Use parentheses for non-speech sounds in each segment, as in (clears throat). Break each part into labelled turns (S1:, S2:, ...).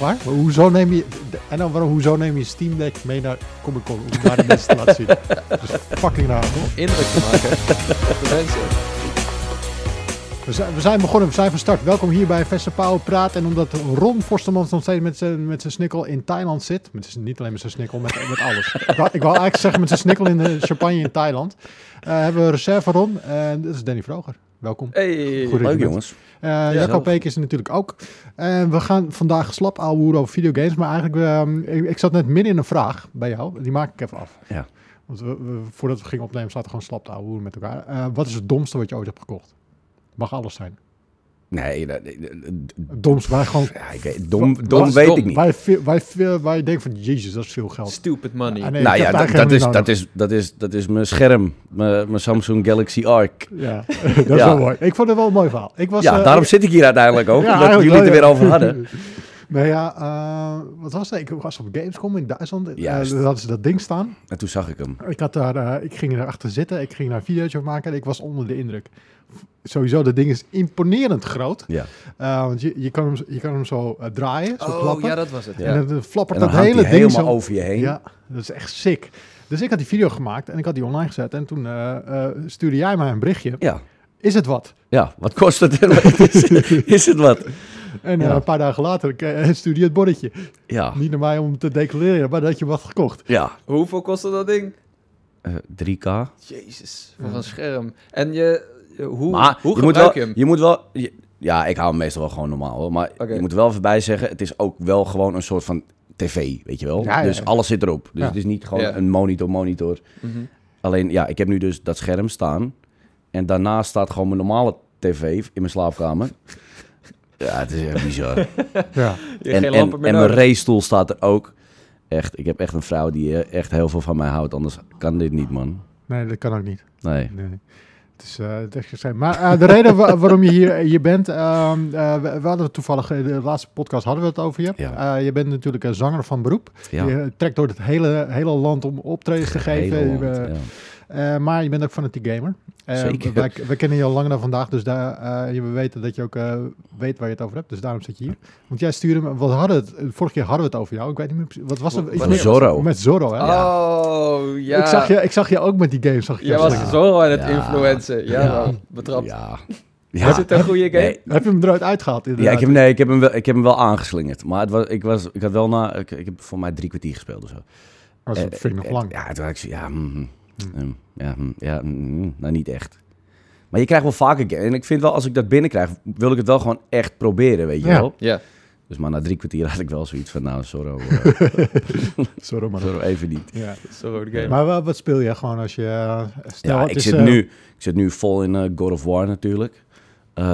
S1: waar? Maar hoezo neem je... En dan waarom, hoezo neem je Steam Deck mee naar Comic Con om daar de mensen te laten zien? Dat is fucking raar, hoor.
S2: Indruk te maken op de mensen.
S1: We zijn, we zijn begonnen, we zijn van start. Welkom hier bij Vesse Pauw Praat. En omdat Ron Forstemans nog steeds met zijn, met zijn snikkel in Thailand zit. Met zijn- niet alleen met zijn snikkel, met, met alles. ik, wou, ik wou eigenlijk zeggen met zijn snikkel in de champagne in Thailand. eh, hebben we reserve Ron. En dit is Danny Vroger. Welkom.
S2: Hey.
S1: Goed.
S3: Leuk
S1: Regiment.
S3: jongens.
S1: Eh Jacco
S2: zelf.
S1: Peek is er natuurlijk ook. En we gaan vandaag slap ouwehoeren over videogames. Maar eigenlijk, ehm, ik, ik zat net midden in een vraag bij jou. Die maak ik even af.
S3: Ja.
S1: Want we, we- voordat we gingen opnemen, zaten we gewoon slap te ouwehoeren met elkaar. Eh, wat is het domste wat je ooit hebt gekocht? Mag alles zijn.
S3: Nee, dat- dat- dat-
S1: Het domste, waar gewoon
S3: ja, ik weet- dom,
S2: wat
S3: dom
S2: is
S3: weet
S2: dom?
S3: ik niet.
S1: Waar je, veel- waar, je veel- waar je denkt van, jezus, dat is veel geld.
S2: Stupid money.
S1: Ah, nee,
S3: nou
S1: ik
S3: ja,
S1: heb
S3: dat,
S1: het
S3: dat, is,
S1: eigenlijk
S3: dat, is, dat, is, dat is mijn scherm. Mijn, mijn Samsung Galaxy Arc.
S1: helemaal niet nodig. Ja, (laughs) dat is
S3: Ja.
S1: wel mooi. Ik vond het wel een mooi verhaal. Ik was,
S3: Ja,
S1: eh,
S3: daarom
S1: ik-
S3: zit ik hier uiteindelijk
S1: (laughs)
S3: ook.
S1: Ja,
S3: omdat
S1: eigenlijk
S3: jullie het er
S1: wel,
S3: weer
S1: ja.
S3: over
S1: (laughs)
S3: hadden.
S1: Nou ja, eh, wat was dat? Ik was op Gamescom in Duitsland. eh,
S3: Juist.
S1: daar hadden ze dat ding staan.
S3: En toen zag ik hem.
S1: Ik, had daar, eh, ik ging erachter zitten, ik ging daar een videootje van maken en ik was onder de indruk. Sowieso, dat ding is imponerend groot.
S3: Ja.
S1: Eh, want je, je, kan hem, je kan hem zo eh, draaien, zo
S2: Oh,
S1: klappen.
S2: ja, dat was het.
S3: Ja.
S1: En dan eh,
S3: En
S1: flappert
S3: dan
S1: dat
S3: hangt
S1: hele
S3: hij
S1: ding
S3: helemaal
S1: zo
S3: over je heen.
S1: Ja, dat is echt sick. Dus ik had die video gemaakt en ik had die online gezet. En toen eh, eh, stuurde jij mij een berichtje.
S3: Ja.
S1: Is het wat?
S3: Ja, wat kost het? (laughs) is, is het wat?
S1: En eh,
S3: Ja.
S1: een paar dagen later eh, (laughs) stuurde je het bordetje.
S3: Ja.
S1: Niet naar mij om te declareren, maar dat je wat
S3: (laughs)
S1: gekocht.
S3: Ja.
S2: Hoeveel kostte dat ding?
S3: Eh, 3K.
S2: Jezus, voor een scherm. En je, je- hoe,
S3: Maar
S2: hoe
S3: je moet
S2: gebruik
S3: wel,
S2: je hem?
S3: je moet wel. je- ja, ik hou hem meestal wel gewoon normaal hoor. Maar
S2: Oké.
S3: je moet er wel even bij zeggen, het is ook wel gewoon een soort van tv, weet je wel.
S1: Ja, ja,
S3: Dus
S1: ja.
S3: alles zit erop. Dus
S1: Ja.
S3: het is niet gewoon
S2: Ja.
S3: een monitor, monitor.
S2: Mhm.
S3: Alleen, ja, ik heb nu dus dat scherm staan. En daarnaast staat gewoon mijn normale tv in mijn slaapkamer.
S2: (laughs)
S3: Ja, het is echt bizar.
S1: Ja.
S2: Je hebt
S3: en
S2: geen
S3: en,
S2: lampen
S3: en
S2: meer
S3: mijn
S2: nodig.
S3: racestoel staat er ook. Echt, ik heb echt een vrouw die eh, echt heel veel van mij houdt. Anders kan dit niet, man.
S1: Nee, dat kan ook niet.
S3: Nee.
S1: Nee. Het is eh, het is echt zijn. Maar eh, de reden wa- waarom je hier, hier bent, ehm, eh, we, we hadden het toevallig, in de laatste podcast hadden we het over je.
S3: Ja.
S1: Eh, je bent natuurlijk een zanger van beroep.
S3: Ja.
S1: Je trekt door het hele, hele land om optredens te geven.
S3: Hele land,
S1: Je, eh,
S3: ja.
S1: Eh, maar je bent ook fanatiek gamer. Eh,
S3: Zeker.
S1: Wij, wij kennen je al langer dan vandaag, dus daar, eh, je- we weten dat je ook eh, weet waar je het over hebt. Dus daarom zit je hier. Want jij stuurde me, wat hadden we het, vorige keer hadden we het over jou. Ik weet niet meer precies, wat was het?
S2: Wat-
S1: Iets
S2: wat-
S1: met-
S3: Zorro.
S1: Met Zorro,
S3: Ah,
S1: hè?
S2: Oh, ja.
S1: Ik, zag je, ik zag je ook met die game, zag ik
S2: Jij
S1: jou
S2: was
S1: spelen.
S2: zo aan het
S3: Ja.
S2: influencen. Ja,
S3: Ja.
S2: wel, betrapt.
S3: Ja.
S2: Was het een goede game?
S3: Nee,
S1: Heb je hem eruit uitgehaald?
S3: Ja,
S1: Inderdaad.
S3: ik heb, nee, ik heb, hem wel, ik heb hem wel aangeslingerd. Maar het was, ik, was, ik had wel na... Ik, ik heb voor mij drie kwartier gespeeld of zo.
S1: Dat
S3: Eh,
S1: vind ik nog
S3: eh,
S1: lang. Hm.
S3: Ja, toen had ik zo- ja, mm, mm, mm, ja, mm, ja, mm, mm, nou niet echt. Maar je krijgt wel vaker... ga- En ik vind wel, als ik dat binnenkrijg, wil ik het wel gewoon echt proberen, weet je
S1: Ja.
S3: wel.
S2: Ja.
S3: Dus maar na drie kwartier (laughs) had ik wel zoiets van, nou,
S1: (laughs)
S3: Zorro, eh,
S1: Zorro, maar.
S3: Zorro even niet.
S1: Ja.
S2: Sorry, de game.
S1: Maar wa- wat speel je gewoon als je... eh, Stel,
S3: ja,
S1: het
S3: ik,
S1: is,
S3: zit
S1: eh,
S3: nu, ik zit nu vol in eh, God of War natuurlijk.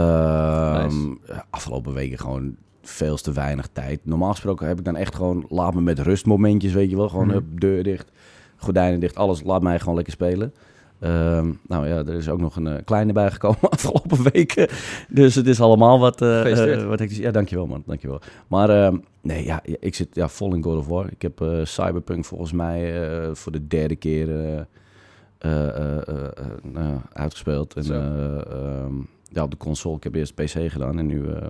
S3: Ehm, Afgelopen weken gewoon veel te weinig tijd. Normaal gesproken heb ik dan echt gewoon... Laat me met rust momentjes, weet je wel. Gewoon
S1: Mhm.
S3: hup, deur dicht, gordijnen dicht, alles. Laat mij gewoon lekker spelen. Ehm, nou ja, er is ook nog een eh, kleine bijgekomen (laughs) afgelopen weken. Dus het is allemaal wat... eh,
S2: Gefeliciteerd.
S3: eh, wat hectisch. ja, dankjewel man, dankjewel. Maar ehm, nee, ja, ja, ik zit ja, vol in God of War. Ik heb eh, Cyberpunk volgens mij eh, voor de derde keer... eh, eh, eh, eh, eh, nou ja, uitgespeeld. En,
S2: Zo.
S3: eh, ehm, ja, op de console. Ik heb eerst PC gedaan en nu eh,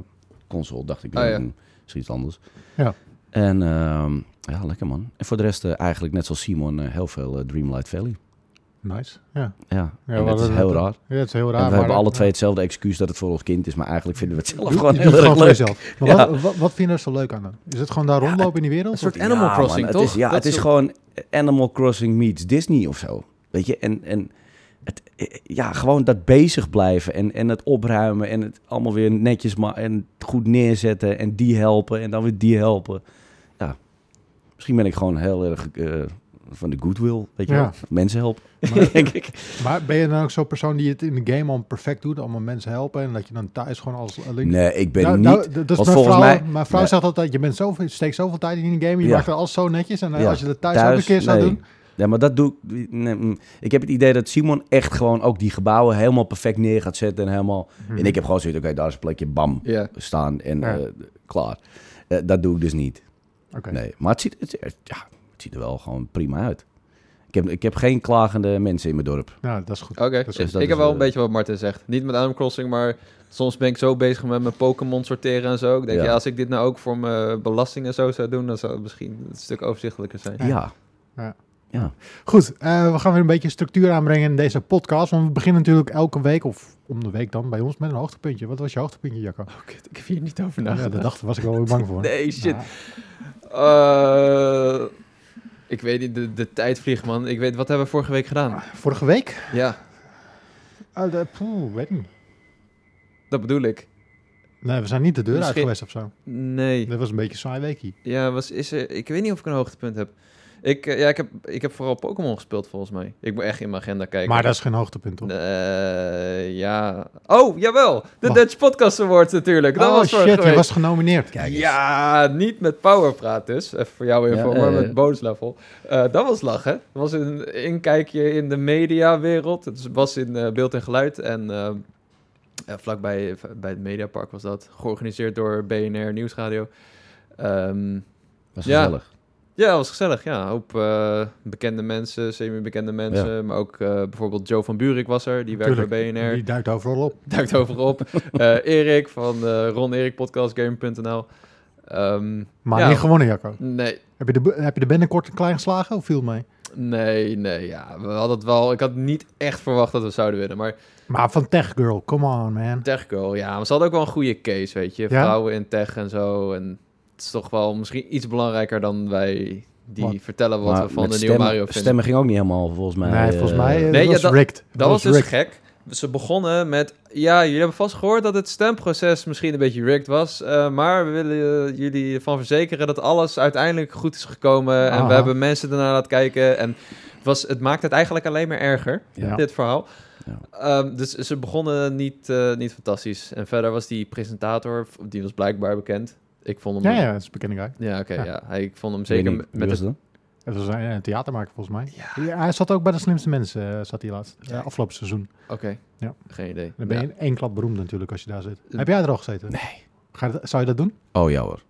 S3: console dacht ik,
S2: Ah,
S3: nee,
S2: ja.
S3: dan is er iets anders.
S1: Ja.
S3: En ehm, ja, lekker man. En voor de rest eh, eigenlijk net zoals Simon eh, heel veel eh, Dreamlight Valley.
S1: Nice, ja.
S3: Ja,
S1: Ja,
S3: en
S1: we
S3: dat is
S1: hadden
S3: heel
S1: het-
S3: raar.
S1: Ja, het is heel raar.
S3: En we
S1: maar-
S3: hebben alle
S1: ja.
S3: twee hetzelfde excuus dat het voor ons kind is, maar eigenlijk vinden we het zelf
S1: Je
S3: gewoon
S1: doet
S3: heel
S1: het
S3: erg
S1: gewoon voor
S3: leuk.
S1: jezelf. Maar wat, wat, wat vind je er zo leuk aan dan? Is het gewoon daar
S3: Ja,
S1: rondlopen in die wereld?
S2: Een
S1: of-
S2: soort Animal
S3: Ja,
S2: Crossing,
S3: man, het
S2: toch?
S3: Is, ja,
S2: Dat
S3: het is
S2: soort-
S3: gewoon Animal Crossing meets Disney of zo. Weet je, en, en het, eh, ja, gewoon dat bezig blijven en, en het opruimen en het allemaal weer netjes maar en goed neerzetten en die helpen en dan weer die helpen. Ja, misschien ben ik gewoon heel erg eh, van de goodwill, weet je
S1: Ja.
S3: wel. Mensen
S1: (laughs)
S3: helpen, (laughs) denk ik.
S1: Maar ben je dan ook zo'n persoon die het in de game al perfect doet, allemaal mensen helpen en dat je dan thuis gewoon als alleen...
S3: Nee, ik ben
S1: Nou,
S3: niet...
S1: nou, d- dat is
S3: want
S1: mijn vrouw,
S3: volgens mij-
S1: mijn vrouw
S3: Nee.
S1: zegt altijd, je bent zoveel, steekt zoveel tijd in die game, je
S3: Ja.
S1: maakt er alles zo netjes en eh,
S3: Ja.
S1: als je dat thuis, ook een keer zou
S3: nee.
S1: doen...
S3: Ja, maar dat doe ik. nee, mm. ik heb het idee dat Simon echt gewoon ook die gebouwen helemaal perfect neer gaat zetten. En, helemaal, en ik heb gewoon zoiets, oké, daar is een plekje, bam,
S2: Ja.
S3: staan en
S1: Ja.
S3: eh, klaar. Eh, dat doe ik dus niet.
S1: Hm. Oké.
S3: Nee, maar het ziet, het, het- ja, het ziet er wel gewoon prima uit. Ik heb, ik heb geen klagende mensen in mijn dorp.
S1: Nou, dat is goed.
S2: Oké,
S1: Dat is-
S2: ik,
S3: dus dat
S2: ik heb
S3: is,
S2: wel een
S3: eh,
S2: beetje wat Martin zegt. Niet met Animal Crossing, maar soms ben ik zo bezig met mijn Pokémon sorteren en zo. Ik denk,
S3: Ja.
S2: ja. als ik dit nou ook voor mijn belasting en zo zou doen, dan zou het misschien een stuk overzichtelijker zijn.
S1: Ja.
S3: Ja.
S1: Goed, eh, we gaan weer een beetje structuur aanbrengen in deze podcast. Want we beginnen natuurlijk elke week, of om de week dan, bij ons met een hoogtepuntje. Wat was je hoogtepuntje, Jacco?
S2: Oh, kut, ik heb hier niet over
S1: ja,
S2: nagedacht.
S1: daar dacht, was ik wel bang voor.
S2: Nee, shit.
S1: Nou,
S2: Eh, ik weet niet, de, de tijd vliegt, man. Ik weet, wat hebben we vorige week gedaan?
S1: vorige week?
S2: Ja,
S1: Ah, de, poeh, weet niet.
S2: dat bedoel ik.
S1: Nee, we zijn niet de deur uit
S2: Misschien-
S1: geweest of zo.
S2: Nee.
S1: Dat was een beetje een saai weekie.
S2: Ja, was, is er, ik weet niet of ik een hoogtepunt heb. Ik, eh, ja, ik, heb, ik heb vooral Pokémon gespeeld, volgens mij. Ik moet echt in mijn agenda kijken.
S1: Maar dat is geen hoogtepunt, toch?
S2: Eh, ja. Oh, jawel. De
S1: Wat?
S2: Dutch Podcast Award natuurlijk. Dat
S1: oh
S2: was vorige
S1: shit, je
S2: week.
S1: was genomineerd.
S2: Ja, niet met Powerpraat dus. Even voor jou info,
S3: Ja,
S2: maar
S3: eh,
S2: met bonuslevel. Eh, dat was lachen. Dat was een inkijkje in de mediawereld. Het was in eh, beeld en geluid. En eh, eh, vlakbij bij het Mediapark was dat. Georganiseerd door BNR Nieuwsradio. Ehm
S3: Was
S2: Ja.
S3: gezellig.
S2: ja, dat was gezellig. Ja, een hoop eh, bekende mensen, semi-bekende mensen. Maar ook eh, bijvoorbeeld Joe van Buurik was er. Die werkt bij
S1: Tuurlijk,
S2: BNR.
S1: Die duikt overal op.
S2: (laughs) Duikt overal
S3: (laughs)
S2: op. Eh, Erik van eh Ron Erik Podcast Game.nl. Ehm,
S1: Maar
S2: Ja.
S1: niet gewonnen, Jacco.
S2: nee,
S1: Heb je de, bu- heb je de bende kort en klein geslagen of viel het mee?
S2: nee, nee. Ja, we hadden het wel. Ik had niet echt verwacht dat we zouden winnen. Maar
S1: Maar van Tech Girl, come on, man.
S2: Techgirl, ja. Maar ze hadden ook wel een goede case, weet je. Vrouwen in tech en zo. En het is toch wel misschien iets belangrijker dan wij die
S1: Wat?
S2: vertellen wat
S3: Maar
S2: we van de
S3: met
S2: nieuwe
S3: stemmen,
S2: Mario vinden.
S3: stemmen ging ook niet helemaal volgens mij.
S1: nee, volgens
S3: eh,
S1: mij eh,
S2: nee, ja,
S1: dat was
S2: dat-
S1: rigged.
S2: Dat was dus
S1: rigged.
S2: gek. Ze begonnen met, ja, jullie hebben vast gehoord dat het stemproces misschien een beetje rigged was. eh, maar we willen eh, jullie ervan verzekeren dat alles uiteindelijk goed is gekomen. En
S1: Aha.
S2: we hebben mensen ernaar laten kijken. En het, was, het maakt het eigenlijk alleen maar erger,
S3: Ja.
S2: dit verhaal.
S3: Ja.
S2: Ehm, dus ze begonnen niet, eh, niet fantastisch. En verder was die presentator, die was blijkbaar bekend. Ik vond hem...
S1: Ja, ja, dat is een bekende guy.
S2: Ja, oké,
S1: Ja.
S2: ja. Hij, ik vond hem
S3: weet
S2: zeker
S3: niet,
S2: met
S3: wie
S2: met
S3: was
S2: het...
S3: dat?
S1: Dat was een, een theatermaker volgens mij. Ja, hij zat ook bij de slimste mensen, eh, zat hij laatst. eh, afgelopen seizoen.
S2: Oké,
S1: Ja.
S2: geen idee.
S1: Dan ben
S2: Ja.
S1: je één klap beroemd natuurlijk als je daar zit.
S2: Eh,
S1: Heb jij er al gezeten?
S3: Nee.
S1: Ga je dat- zou je dat doen?
S3: Oh ja hoor.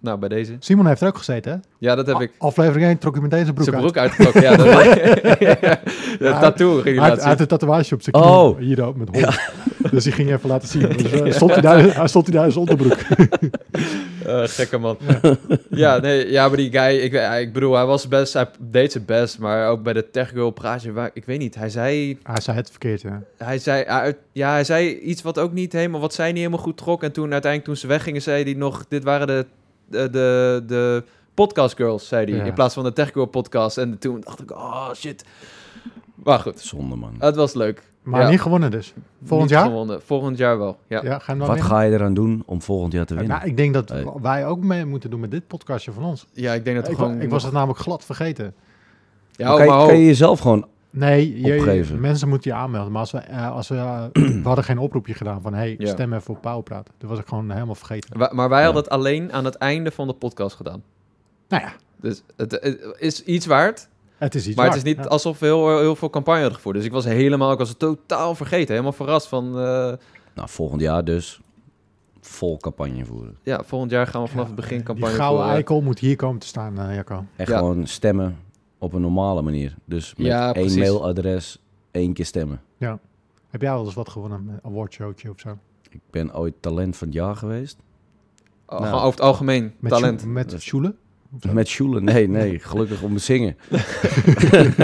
S2: Nou, bij deze.
S1: Simon heeft er ook gezeten, hè?
S2: Ja, dat heb ik.
S1: A- Aflevering 1 trok hij meteen zijn broek,
S2: zijn broek uitgetrokken.
S1: (laughs)
S2: ja, dat de
S1: Ja,
S2: tattoo
S1: uit.
S2: ging hij
S1: Uit,
S2: laten zien.
S1: uit de tatoeage op zijn knie.
S3: Oh.
S1: Hier ook, met hond. (laughs) Dus die ging je even laten zien.
S2: (laughs)
S1: Dus, eh, stond hij, daar, hij stond hij daar in zijn onderbroek.
S2: Eh, gekke man. ja, nee, ja, maar die guy, ik, weet- ik bedoel, hij was best, hij deed zijn best, maar ook bij de Tech Girl praatje, waar, ik weet niet, hij zei,
S1: Hij zei het verkeerd, ja.
S2: hij zei, hij- ja, hij zei iets wat ook niet helemaal, wat zij niet helemaal goed trok. En toen uiteindelijk, toen ze weggingen, zei hij nog, dit waren de, de, de, de podcast girls, zei hij,
S1: Ja.
S2: in plaats van de Tech Girl podcast. En toen dacht ik, oh shit. Maar goed,
S3: Zonde man.
S1: Eh,
S2: het was leuk.
S1: Maar
S2: Ja.
S1: niet gewonnen dus. Volgend
S2: Niet
S1: jaar?
S2: gewonnen. Volgend jaar wel, ja.
S1: Ja, ga je hem dan
S3: Wat
S1: winnen?
S3: ga je eraan doen om volgend jaar te winnen?
S1: Nou, ik denk dat
S3: Nee.
S1: wij ook mee moeten doen met dit podcastje van ons.
S2: Ja, ik denk dat we
S1: Ik,
S2: gewoon...
S1: wa- ik was het namelijk glad vergeten.
S2: Ja,
S3: Maar kan,
S2: maar
S3: je, kan je jezelf gewoon...
S1: Nee, je-
S3: Opgeven.
S1: mensen moeten je aanmelden. Maar als we, eh, als we, eh, (clears throat) we hadden geen oproepje gedaan van... hey,
S2: Ja.
S1: stem even op Pauwpraat. Dat was ik gewoon helemaal vergeten.
S2: Wa- maar wij
S3: Ja.
S2: hadden het alleen aan het einde van de podcast gedaan.
S1: Nou ja,
S2: Dus het, het is iets waard,
S1: het is iets
S2: maar het
S1: waard.
S2: is niet
S1: Ja.
S2: alsof we heel, eh, heel veel campagne hadden gevoerd. Dus ik was helemaal, ik was het totaal vergeten. Helemaal verrast van, eh,
S3: Nou, volgend jaar dus vol campagne voeren.
S2: ja, volgend jaar gaan we vanaf het begin
S1: Die
S2: campagne eh,
S1: gouden
S2: voeren.
S1: eikel moet hier komen te staan, eh, Jacco.
S3: En
S2: Ja.
S3: gewoon stemmen op een normale manier. Dus met
S2: Ja,
S3: één
S2: precies.
S3: mailadres, één keer stemmen.
S1: Heb jij wel eens wat gewonnen? Een awardshowtje of zo?
S3: Ik ben ooit talent van het jaar geweest.
S2: Oh,
S3: Nou.
S2: gewoon over het algemeen
S1: Met
S2: talent.
S3: (laughs)
S1: Sjoe- Met
S3: Dus-
S1: Sjoele?
S3: Met Sjoelen? Nee, nee. (laughs) Gelukkig om te zingen.
S2: talent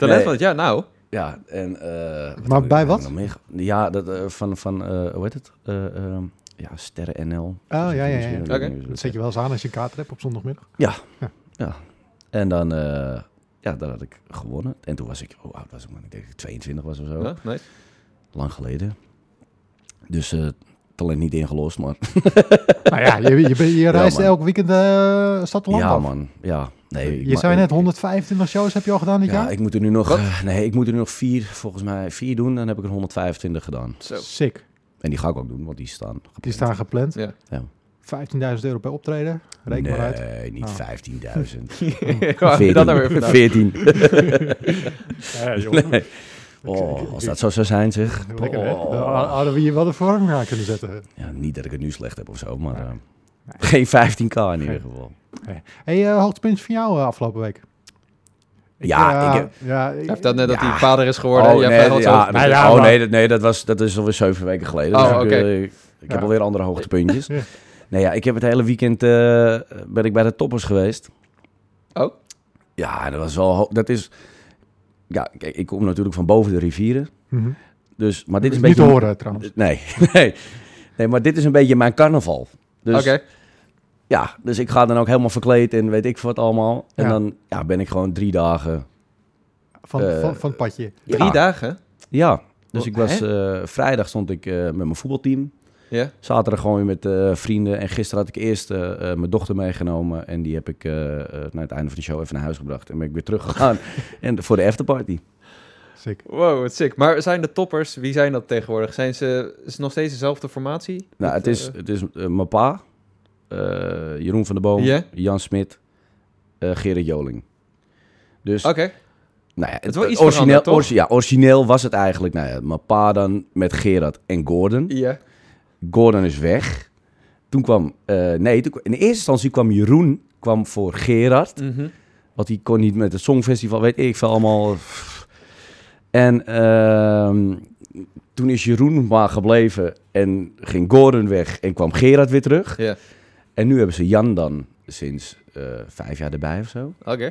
S3: Nee.
S2: van het jaar, nou.
S3: Ja, en... eh, wat
S1: Maar
S3: heb ik
S1: bij
S3: nou
S1: wat?
S3: nog meer ge- Ja, dat, eh, van... van eh, hoe heet het? Eh, ehm, ja, Sterren NL.
S1: Oh, ja, ja, ja, ja.
S2: Oké.
S1: Dat zet je wel eens aan als je een kater hebt op zondagmiddag.
S3: En dan... eh, ja, daar had ik gewonnen. En toen was ik... Hoe oud was ik? man? Ik denk dat ik 22 was of zo.
S2: Ja, nice.
S3: Lang geleden. Dus... eh, Talent niet ingelost, (laughs) maar...
S1: nou (laughs) ja, je, je, ben- je reist
S3: man.
S1: elk weekend eh stad land
S3: Ja,
S1: af.
S3: man. Ja. Nee,
S1: je
S3: maar-
S1: zei net 125 shows heb je al gedaan dit
S3: Ja,
S1: jaar?
S3: ik moet er nu nog...
S2: Wat?
S3: eh, nee, ik moet er nu nog vier, volgens mij, vier doen. Dan heb ik er 125 gedaan.
S2: (laughs) Zo.
S1: Sick.
S3: En die ga ik ook doen, want die staan...
S1: Die staan gepland.
S2: Ja.
S3: Ja.
S1: 15.000 euro per optreden. Reken
S3: nee,
S1: maar uit.
S3: niet
S1: Oh.
S3: 15.000.
S1: (laughs)
S2: Waar heb je
S3: 14.
S2: dat nou weer vandaan?
S3: 14.
S1: Ja, joh.
S3: Nee. Oh, als dat zo zou zijn, zeg.
S1: Lekker, hè?
S3: Oh.
S1: Dan hadden we hier wel de vorm aan kunnen zetten.
S3: Ja, niet dat ik het nu slecht heb of zo, maar...
S1: Nee.
S3: eh, geen 15k in ieder geval.
S1: hey, eh, hoogtepuntje van jou eh, afgelopen week?
S3: Ja, ik heb-
S1: ja, ik-
S2: Hij vertelt net dat
S3: Ja.
S2: hij vader is geworden.
S3: oh,
S2: Jij
S3: nee,
S2: vertelt
S3: ja,
S2: zo-
S3: nee,
S1: Nou ja,
S3: oh
S1: maar-
S3: nee, dat, nee dat, was, dat is alweer zeven weken geleden.
S2: Oh,
S3: dus ik,
S2: oké.
S3: eh, ik
S1: Ja.
S3: heb alweer andere hoogtepuntjes.
S1: (laughs) Ja.
S3: Nee, ja, ik heb het hele weekend eh, ben ik bij de toppers geweest.
S2: Oh.
S3: Ja, dat was wel... ho- Dat is... Ja, kijk, ik kom natuurlijk van boven de rivieren.
S1: Mhm.
S3: Dus, maar dit is een
S1: Niet
S3: beetje...
S1: te horen trouwens.
S3: Nee, (laughs) nee. Nee, maar dit is een beetje mijn carnaval. Dus
S2: Oké.
S3: ja, dus ik ga dan ook helemaal verkleed en weet ik wat allemaal. En
S1: Ja.
S3: dan ja, ben ik gewoon drie dagen...
S1: Van,
S3: Eh,
S1: van, van het padje.
S2: Drie
S3: ja,
S2: dagen?
S3: Ja, dus
S2: Oh,
S3: ik was...
S2: hè?
S3: eh, vrijdag stond ik eh, met mijn voetbalteam.
S2: Ja.
S3: Zaterdag gewoon weer met eh, vrienden. En gisteren had ik eerst eh, eh, mijn dochter meegenomen. En die heb ik eh, eh, na het einde van de show even naar huis gebracht. En ben ik weer
S2: (laughs)
S3: teruggegaan en, voor de afterparty.
S1: Sick.
S3: eh,
S2: Wow, wat sick. Maar zijn de toppers, wie zijn dat tegenwoordig? Zijn ze, is het nog steeds dezelfde formatie? Met,
S3: Nou, het is,
S2: eh,
S3: het is eh, mijn pa, eh, Jeroen van der Boom,
S2: Ja.
S3: Jan Smit, eh Gerrit Joling. Dus,
S2: Oké.
S3: nou ja, het,
S2: is wel Oh, iets
S3: origineel,
S2: veranderd, toch?
S3: orgi- ja, origineel was het eigenlijk, nou ja, mijn pa dan met Gerard en Gordon.
S2: Ja.
S3: Gordon is weg. Toen kwam, eh, nee, toen- in eerste instantie kwam Jeroen kwam voor Gerard.
S2: Mhm.
S3: Want die kon niet met het Songfestival, weet ik veel allemaal. Pff. En ehm, toen is Jeroen maar gebleven en ging Gordon weg en kwam Gerard weer terug.
S2: Ja.
S3: En nu hebben ze Jan dan sinds eh, vijf jaar erbij of zo.
S2: Oké.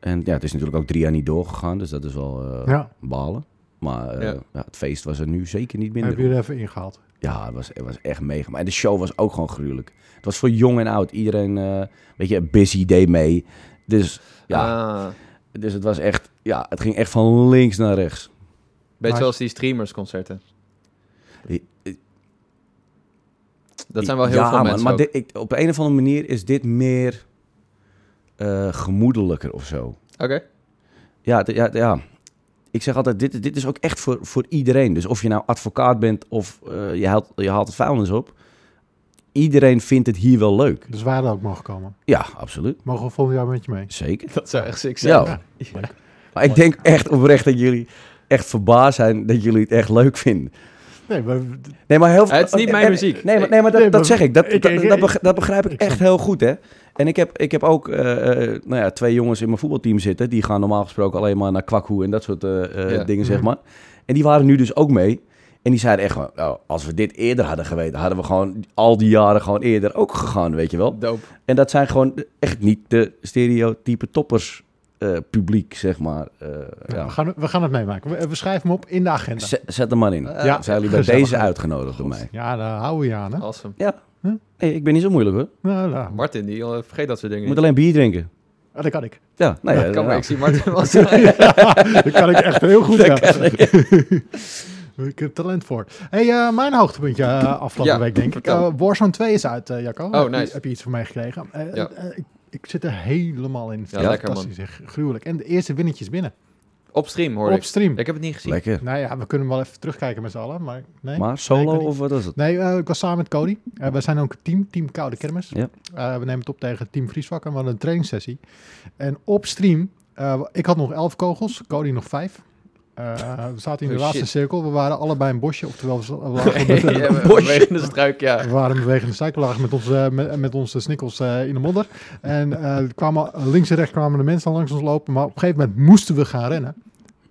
S3: En ja, het is natuurlijk ook drie jaar niet doorgegaan, dus dat is wel eh,
S1: Ja,
S3: balen. Maar eh,
S2: Ja.
S3: ja, het feest was er nu zeker niet minder.
S1: hebben jullie even ingehaald.
S3: Ja, het was, het was echt mega. Maar de show was ook gewoon gruwelijk. Het was voor jong en oud. Iedereen, eh, weet je, busy deed mee. Dus ja,
S2: Ah,
S3: dus het was echt, ja, het ging echt van links naar rechts.
S2: beetje
S1: Nice.
S2: zoals die streamersconcerten.
S3: I- i-
S2: Dat zijn wel heel
S3: ja,
S2: veel
S3: man,
S2: mensen
S3: maar
S2: ook.
S3: dit- ik, op een of andere manier is dit meer eh, gemoedelijker of zo.
S2: Oké. (laughs)
S3: Ja, d- ja, d- ja. Ik zeg altijd, dit, dit is ook echt voor, voor iedereen. Dus of je nou advocaat bent of eh, je, haalt, je haalt het vuilnis op. Iedereen vindt het hier wel leuk.
S1: Dus wij hadden ook mogen komen.
S3: Ja, absoluut.
S1: Mogen we volgend jaar met je mee?
S3: Zeker.
S2: Dat zou echt sick zijn.
S3: Ja. Maar ik denk echt oprecht dat jullie echt verbaasd zijn dat jullie het echt leuk vinden.
S1: Nee, maar
S3: Nee, maar heel veel-
S2: Het is niet mijn
S3: en-
S2: muziek.
S3: Nee, maar, nee, maar dat,
S1: Nee,
S3: dat
S1: maar-
S3: zeg ik. Dat,
S1: ik-
S3: dat,
S1: ik-
S3: dat, beg- dat begrijp ik
S1: ik
S3: echt heel goed, hè. En ik heb, ik heb ook eh, eh, nou ja, twee jongens in mijn voetbalteam zitten. Die gaan normaal gesproken alleen maar naar kwakkoe en dat soort eh, eh,
S2: Ja.
S3: dingen, zeg
S1: Mhm.
S3: maar. En die waren nu dus ook mee. En die zeiden echt gewoon, nou, als we dit eerder hadden geweten, hadden we gewoon al die jaren gewoon eerder ook gegaan, weet je wel.
S2: Dope.
S3: En dat zijn gewoon de- echt niet de stereotype toppers eh, publiek, zeg maar. Eh, ja.
S1: We, gaan, we gaan het meemaken. We, we schrijven hem op in de agenda.
S3: Zet, zet hem maar in.
S2: Eh,
S1: Ja.
S3: zijn jullie bij
S1: gezellig.
S3: deze uitgenodigd door mij? Oh.
S1: Ja, daar houden we je aan. Hè?
S2: Awesome.
S3: Nee, ik ben niet zo moeilijk hoor.
S1: Nou, nou,
S2: Martin, die eh, vergeet dat soort
S3: Je
S2: dingen
S3: moet
S2: niet.
S3: alleen bier drinken.
S1: ah, dat kan ik.
S3: Ja, nou ja,
S2: Kan maar,
S3: nou.
S2: ik zie Martin wel zijn.
S1: dat kan ik echt heel goed. Ja. (laughs) ik heb talent voor. hey, eh, mijn hoogtepuntje eh, afgelopen
S2: Ja,
S1: week, denk ik.
S2: vertel.
S1: Eh,
S2: Oh,
S1: Warzone 2 is uit, eh, Jacco. heb, je-
S2: nice.
S1: heb je iets van mij gekregen? Eh,
S2: Ja.
S1: eh, ik, ik zit er helemaal in.
S2: Ja, lekker,
S1: Fantastisch, echt gruwelijk. En de eerste winnetjes binnen.
S2: Op stream, hoor
S1: op
S2: ik.
S1: stream.
S2: Ik heb het niet gezien.
S3: Lekker.
S1: Nou ja, we kunnen hem wel even terugkijken met z'n allen, maar nee.
S3: Maar
S1: Nee,
S3: solo
S1: ik weet
S3: of wat is het?
S1: Nee, eh, ik was samen met Cody. Eh, we zijn ook een team, Team Koude Kermis.
S3: Ja.
S1: Eh, we nemen het op tegen Team Vriesvak en we hadden een trainingssessie. En op stream, eh, ik had nog elf kogels, Cody nog vijf. Eh, we zaten in de
S2: Oh,
S1: laatste
S2: shit.
S1: cirkel. We waren allebei een bosje, oftewel we,
S2: (laughs)
S1: zaten- we lagen met,
S2: Ja, we-
S3: Bosje.
S2: Vanwege de struik, ja.
S1: we waren een bewegende suikerlaag met onze, met, met onze snikkels eh, in de modder. En eh, er kwamen, links en rechts kwamen de mensen langs ons lopen. Maar op een gegeven moment moesten we gaan rennen.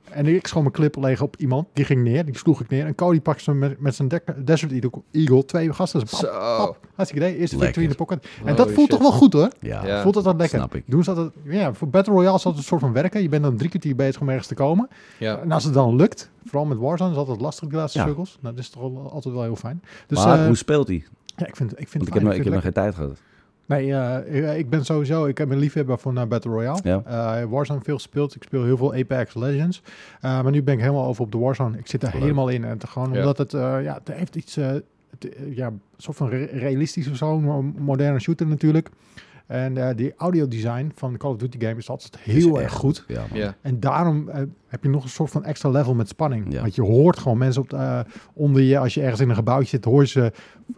S1: En ik schoon mijn clip leeg op iemand. Die ging neer, die sloeg ik neer. En Cody pakte ze met, met zijn dek- Desert Eagle- Eagle. Twee gasten. Dus pap,
S2: Zo.
S1: pap. Hartstikke idee. Eerste victory in de pocket. En dat
S2: Holy
S1: voelt toch
S2: shit.
S1: wel goed hoor.
S3: Ja.
S2: Ja.
S1: voelt dat dan lekker.
S3: snap ik.
S1: Doen ze dat, ja, voor Battle Royale is dat een soort van werken. Je bent dan drie kwartier bezig om ergens te komen.
S2: Ja.
S1: En als het dan lukt, vooral met Warzone, is altijd lastig de laatste
S3: Ja.
S1: cirkels. Nou, dat is toch al- altijd wel heel fijn. Dus
S3: maar
S1: eh,
S3: hoe speelt hij?
S1: ja, ik vind, ik vind
S3: Want
S1: het
S3: ik heb, nog,
S1: fijn.
S3: ik
S1: vind
S3: heb
S1: het
S3: nog geen tijd gehad.
S1: Nee, eh, ik- ik ben sowieso, ik heb een liefhebber voor naar Battle Royale.
S3: Ja.
S1: Eh, Warzone veel gespeeld. Ik speel heel veel Apex Legends. Eh, maar nu ben ik helemaal over op de Warzone. Ik zit er
S3: Leuk.
S1: helemaal in. En het, gewoon
S2: Ja.
S1: omdat het, eh, ja, het heeft iets, eh, het, eh, ja, soort van re- realistisch of zo. Een moderne shooter natuurlijk. En eh, die audiodesign van de Call of Duty game is altijd
S3: Het is
S1: heel erg
S3: echt
S1: goed.
S3: Ja, man.
S2: Ja.
S1: En daarom eh, heb je nog een soort van extra level met spanning.
S3: Ja.
S1: Want je hoort gewoon mensen op de, eh, onder je, als je ergens in een gebouwtje zit, hoor je ze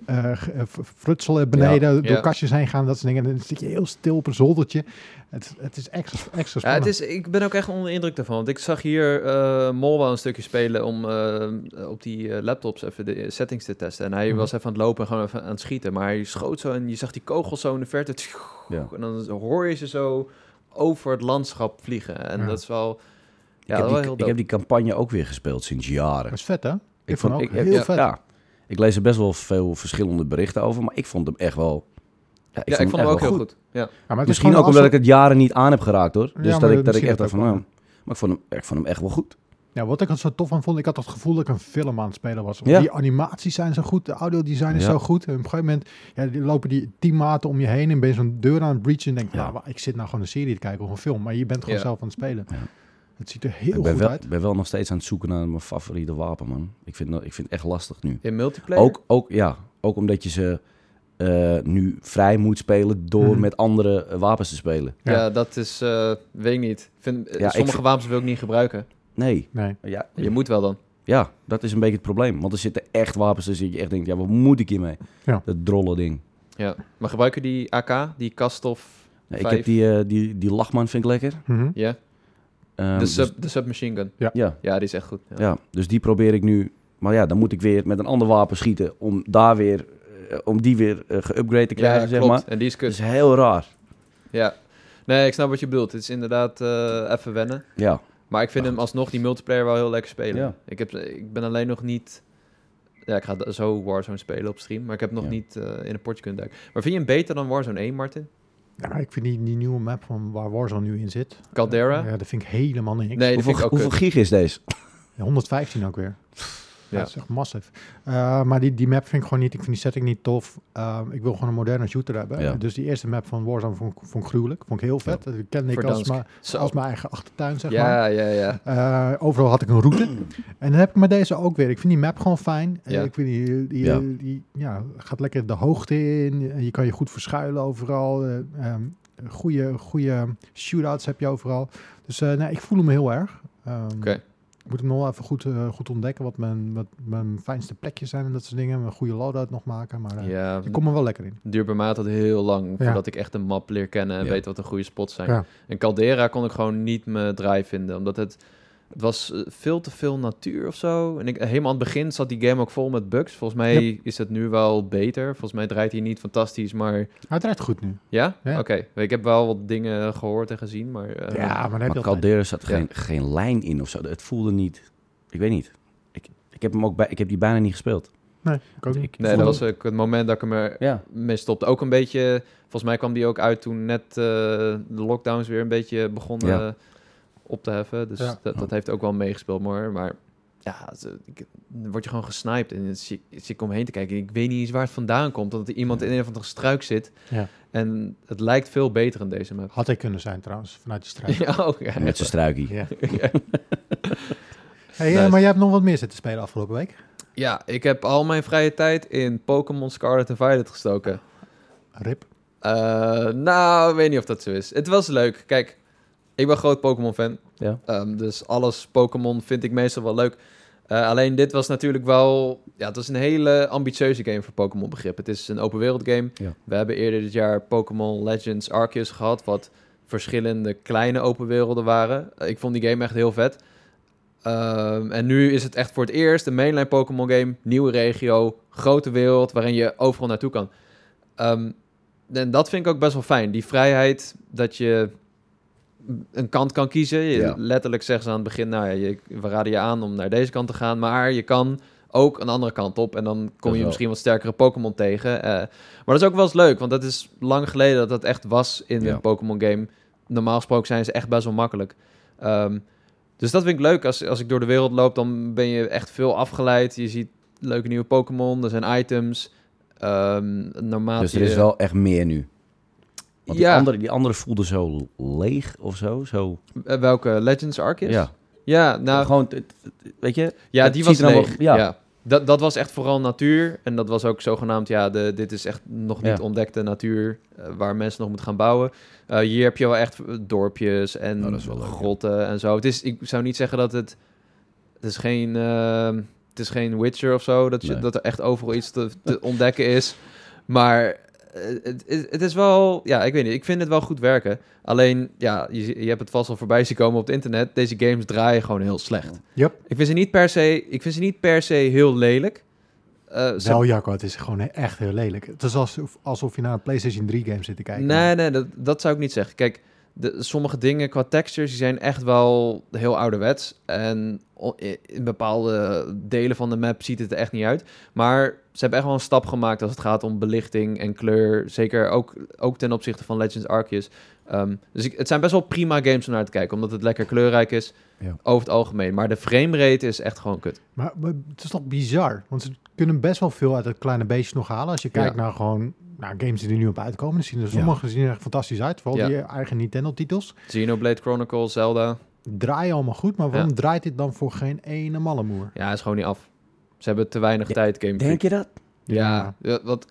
S1: eh, g- eh, f- frutselen beneden, door
S2: Ja.
S1: kastjes heen gaan, dat soort dingen. En dan zit je heel stil op een zoldertje. Het, het is extra, extra
S2: Ja, het
S1: spannend.
S2: is, ik ben ook echt onder de indruk daarvan. Want ik zag hier eh Mol wel een stukje spelen om eh, op die eh, laptops even de settings te testen. En hij
S1: Mhm.
S2: was even aan het lopen en gewoon even aan het schieten. Maar hij schoot zo en je zag die kogels zo in de verte. tjoe,
S3: Ja.
S2: En dan hoor je ze zo over het landschap vliegen. En
S1: Ja.
S2: dat is wel, ja,
S3: ik,
S2: dat
S3: heb
S2: is
S3: die,
S2: wel heel
S3: ik heb
S2: dope.
S3: die campagne ook weer gespeeld sinds jaren.
S1: Dat is vet, hè? Ik, vond
S3: vond-
S1: het ook
S3: ik-
S1: heel
S3: ja,
S1: vet.
S3: ja. ik lees er best wel veel verschillende berichten over, maar ik vond hem echt wel. Ja,
S2: ja, ik vond hem ook
S3: echt wel
S2: heel goed. Ja.
S1: Ja, maar het is
S3: Misschien
S1: gewoon
S3: ook
S1: een
S3: omdat ik
S1: afstand-
S3: het jaren niet aan heb geraakt hoor.
S1: Ja,
S3: Dus
S1: maar
S3: dat ik,
S1: dat
S3: dat ik
S1: misschien
S3: echt
S1: dat
S3: dacht van,
S1: ook wel.
S3: nou, maar ik vond, hem, ik vond hem echt wel goed.
S1: Ja, wat ik er zo tof aan vond, ik had het gevoel dat ik een film aan het spelen was.
S3: Ja.
S1: Die animaties zijn zo goed, de audiodesign is
S3: Ja.
S1: zo goed. En op een gegeven moment ja, die lopen die tien maten om je heen en ben je zo'n deur aan het breachen en denk
S3: Ja.
S1: nou, maar ik zit nou gewoon een serie te kijken of een film. Maar je bent gewoon
S2: Ja.
S1: zelf aan het spelen.
S3: Ja.
S1: Het ziet er heel
S3: ik ben
S1: goed
S3: wel,
S1: uit.
S3: ben wel nog steeds aan het zoeken naar mijn favoriete wapen, man. Ik vind, dat- ik vind het echt lastig nu.
S2: In multiplayer.
S3: Ook, ook, ja, ook omdat je ze eh, nu vrij moet spelen door
S1: Mhm.
S3: met andere eh, wapens te spelen.
S2: Ja,
S1: Ja.
S2: dat is, eh, weet ik niet. Ik Vind, eh,
S3: Ja, ik
S2: sommige
S3: vind-
S2: wapens wil ik niet gebruiken.
S3: Nee.
S1: Nee.
S3: Ja,
S2: Je moet wel dan.
S3: ja, dat is een beetje het probleem. Want er zitten echt wapens tussen dat je echt denkt, ja, wat moet ik hiermee?
S1: Ja.
S3: Dat drolle ding.
S2: Ja. Maar gebruiken die AK, die Kastov,
S3: Nee, ik
S2: Vijf.
S3: heb die, eh, die, die lachman vind ik lekker.
S1: Mhm.
S2: ja.
S3: Ehm,
S2: de,
S3: dus-
S2: sub, de submachine gun.
S3: ja,
S2: Ja, die is echt goed. Ja.
S3: ja, dus die probeer ik nu. Maar ja, dan moet ik weer met een ander wapen schieten om daar weer, eh, om die weer eh geüpgrade te krijgen,
S2: Ja,
S3: zeg
S2: klopt.
S3: maar.
S2: En die is
S3: Dat
S2: kut.
S3: is heel raar.
S2: Ja. Nee, ik snap wat je bedoelt. Het is inderdaad eh, even wennen.
S3: Ja,
S2: Maar ik vind
S3: Maar
S2: hem alsnog die multiplayer wel heel lekker spelen.
S3: Ja.
S2: Ik, heb, ik ben alleen nog niet... Ja, ik ga da- zo Warzone spelen op stream. Maar ik heb nog
S3: Ja.
S2: niet eh, in een potje kunnen duiken. Maar vind je hem beter dan Warzone 1, Martin?
S1: Ja, maar ik vind die, die nieuwe map van waar Warzone nu in zit.
S2: Caldera?
S1: Ja, dat vind ik helemaal niks.
S2: nee, dat
S3: hoeveel,
S2: vind ik ook
S3: hoeveel
S2: kut.
S3: gig is deze?
S1: 115 ook weer.
S2: Ja.
S1: Ja. Dat is echt massief. Eh, maar die, die map vind ik gewoon niet. Ik vind die setting niet tof. Eh, ik wil gewoon een moderne shooter hebben.
S3: Ja.
S1: Dus die eerste map van Warzone vond, ik- vond ik gruwelijk. Vond ik heel vet. Dat kende ik als,
S2: Verdansk.
S1: mijn-
S2: Zo.
S1: als mijn eigen achtertuin, zeg maar.
S2: ja, ja, ja.
S1: Eh, overal had ik een route. en dan heb ik met deze ook weer. Ik vind die map gewoon fijn. Eh,
S2: Ja.
S1: Ik vind die, die,
S3: Ja.
S1: die ja, gaat lekker de hoogte in. Eh, Je kan je goed verschuilen overal. Eh, ehm, goede, goede shootouts heb je overal. Dus eh, nee, ik voel hem heel erg. Ehm,
S2: Oké.
S1: Ik moet hem nog wel even goed, eh, goed ontdekken wat mijn, wat mijn fijnste plekjes zijn en dat soort dingen. Een goede loadout nog maken. Maar eh,
S2: Ja,
S1: ik kom er wel lekker in.
S2: duurt bij mij altijd heel lang
S1: Ja.
S2: voordat ik echt een map leer kennen en
S3: Ja.
S2: weet wat de goede spots zijn.
S1: Ja.
S2: En Caldera kon ik gewoon niet mijn draai vinden, omdat het, het was eh, veel te veel natuur of zo. En ik, helemaal aan het begin zat die game ook vol met bugs. Volgens mij is het nu wel beter. Volgens mij draait hij niet fantastisch, maar
S1: Hij draait goed nu.
S2: ja?
S1: Ja.
S2: Oké. Ik heb wel wat dingen gehoord en gezien, maar... eh,
S1: ja, maar dan heb je
S3: Maar
S1: altijd.
S3: Caldera zat
S2: Ja.
S3: geen, geen lijn in of zo. Het voelde niet. Ik weet niet. Ik, ik heb hem ook bij, ik heb die bijna niet gespeeld.
S1: Nee, ik ook niet.
S3: Ik-
S2: Nee,
S1: Voel-
S2: dat was ook het moment dat ik hem er
S3: Ja.
S2: mee stopte. Ook een beetje, volgens mij kwam die ook uit toen net eh, de lockdowns weer een beetje begonnen
S3: Ja.
S2: eh, op te heffen. Dus
S1: Ja.
S2: dat, dat heeft ook wel meegespeeld, maar, maar ja, ze- ik- dan word je gewoon gesniped en dan zie, ik- zie ik omheen te kijken. Ik weet niet eens waar het vandaan komt, omdat er iemand in een of andere struik zit.
S1: Ja.
S2: En het lijkt veel beter in deze map.
S1: Had hij kunnen zijn trouwens, vanuit de strijd.
S2: (laughs) Ja, oh, ja.
S3: Met zijn struikie.
S1: Ja.
S2: Ja.
S1: Hey, eh,
S2: Nice.
S1: maar jij hebt nog wat meer zitten spelen afgelopen week.
S2: Ja, ik heb al mijn vrije tijd in Pokémon Scarlet en Violet gestoken.
S1: Rip.
S2: Eh, nou, ik weet niet of dat zo is. Het was leuk. Kijk, ik ben groot Pokémon-fan.
S3: Ja.
S2: Ehm, dus alles Pokémon vind ik meestal wel leuk. Eh, alleen dit was natuurlijk wel... Ja, het was een hele ambitieuze game voor Pokémon begrip. Het is een open wereld game.
S3: Ja.
S2: We hebben eerder dit jaar Pokémon Legends Arceus gehad... wat verschillende kleine open werelden waren. Eh, Ik vond die game echt heel vet. Ehm, en nu is het echt voor het eerst een mainline Pokémon game. Nieuwe regio, grote wereld waarin je overal naartoe kan. Ehm, en dat vind ik ook best wel fijn. Die vrijheid dat je een kant kan kiezen. Je-
S3: Ja.
S2: Letterlijk zeggen ze aan het begin, nou ja, je, we raden je aan om naar deze kant te gaan. Maar je kan ook een andere kant op. En dan kom
S3: is
S2: je
S3: wel-
S2: misschien wat sterkere Pokémon tegen. eh. maar dat is ook wel eens leuk, want dat is lang geleden dat dat echt was in
S3: Ja.
S2: een Pokémon game. Normaal gesproken zijn ze echt best wel makkelijk. Ehm, dus dat vind ik leuk. Als, als ik door de wereld loop, dan ben je echt veel afgeleid. Je ziet leuke nieuwe Pokémon, er zijn items. Ehm naarmate
S3: Dus er is
S2: je-
S3: wel echt meer nu. Want die,
S2: Ja.
S3: andere, die andere voelde zo leeg of zo. zo.
S2: Eh, welke? Legends Arceus?
S3: Ja.
S2: Ja, nou,
S3: Gewoon, het- het- het- weet je,
S2: ja
S3: het
S2: die was
S3: ziet er dan
S2: leeg.
S3: wel-
S2: ja.
S3: ja.
S2: Dat, dat was echt vooral natuur. En dat was ook zogenaamd, ja, de, dit is echt nog niet
S3: Ja.
S2: ontdekte natuur eh, waar mensen nog moeten gaan bouwen. Eh, hier heb je wel echt eh, dorpjes en
S3: Nou, dat is wel leuk, ja.
S2: grotten en zo. Het is, ik zou niet zeggen dat het... Het is geen, ehm, het is geen Witcher of zo, dat, je,
S3: Nee.
S2: dat er echt overal iets te, te ontdekken is. Maar eh, het, het- het is wel... Ja, ik weet niet. Ik vind het wel goed werken. Alleen, ja, je, je hebt het vast al voorbij zien komen op het internet. Deze games draaien gewoon heel slecht.
S1: Yep.
S2: Ik vind ze niet per se, ik vind ze niet per se heel lelijk. Eh, ze-
S1: Wel, Jacco, het is gewoon echt heel lelijk. Het is alsof, alsof je naar een PlayStation 3 game zit te kijken.
S2: nee, nee, dat, dat zou ik niet zeggen. Kijk, de, sommige dingen qua textures die zijn echt wel heel ouderwets. En o- i- in bepaalde delen van de map ziet het er echt niet uit. Maar ze hebben echt wel een stap gemaakt als het gaat om belichting en kleur. Zeker ook, ook ten opzichte van Legends Arceus. Ehm, dus ik, het zijn best wel prima games om naar te kijken. Omdat het lekker kleurrijk is
S3: Ja.
S2: over het algemeen. Maar de framerate is echt gewoon kut.
S1: Maar, maar het is toch bizar? Want ze kunnen best wel veel uit dat kleine beestje nog halen. Als je kijkt naar gewoon naar games die er nu op uitkomen, dan zien er sommige zien er echt fantastisch uit. Vooral
S2: Ja.
S1: die eigen Nintendo-titels.
S2: Xenoblade Chronicles, Zelda.
S1: Draaien allemaal goed, maar waarom draait dit dan voor geen ene malle moer?
S2: Ja, is gewoon niet af. Ze hebben te weinig
S3: Ja,
S2: tijd, Game Freak.
S3: Denk je dat?
S2: Ja, ja, want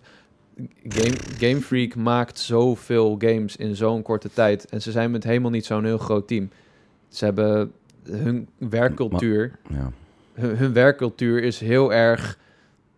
S2: Game, Game Freak maakt zoveel games in zo'n korte tijd. En ze zijn met helemaal niet zo'n heel groot team. Ze hebben hun werkcultuur.
S3: Ja.
S2: Hun, hun werkcultuur is heel erg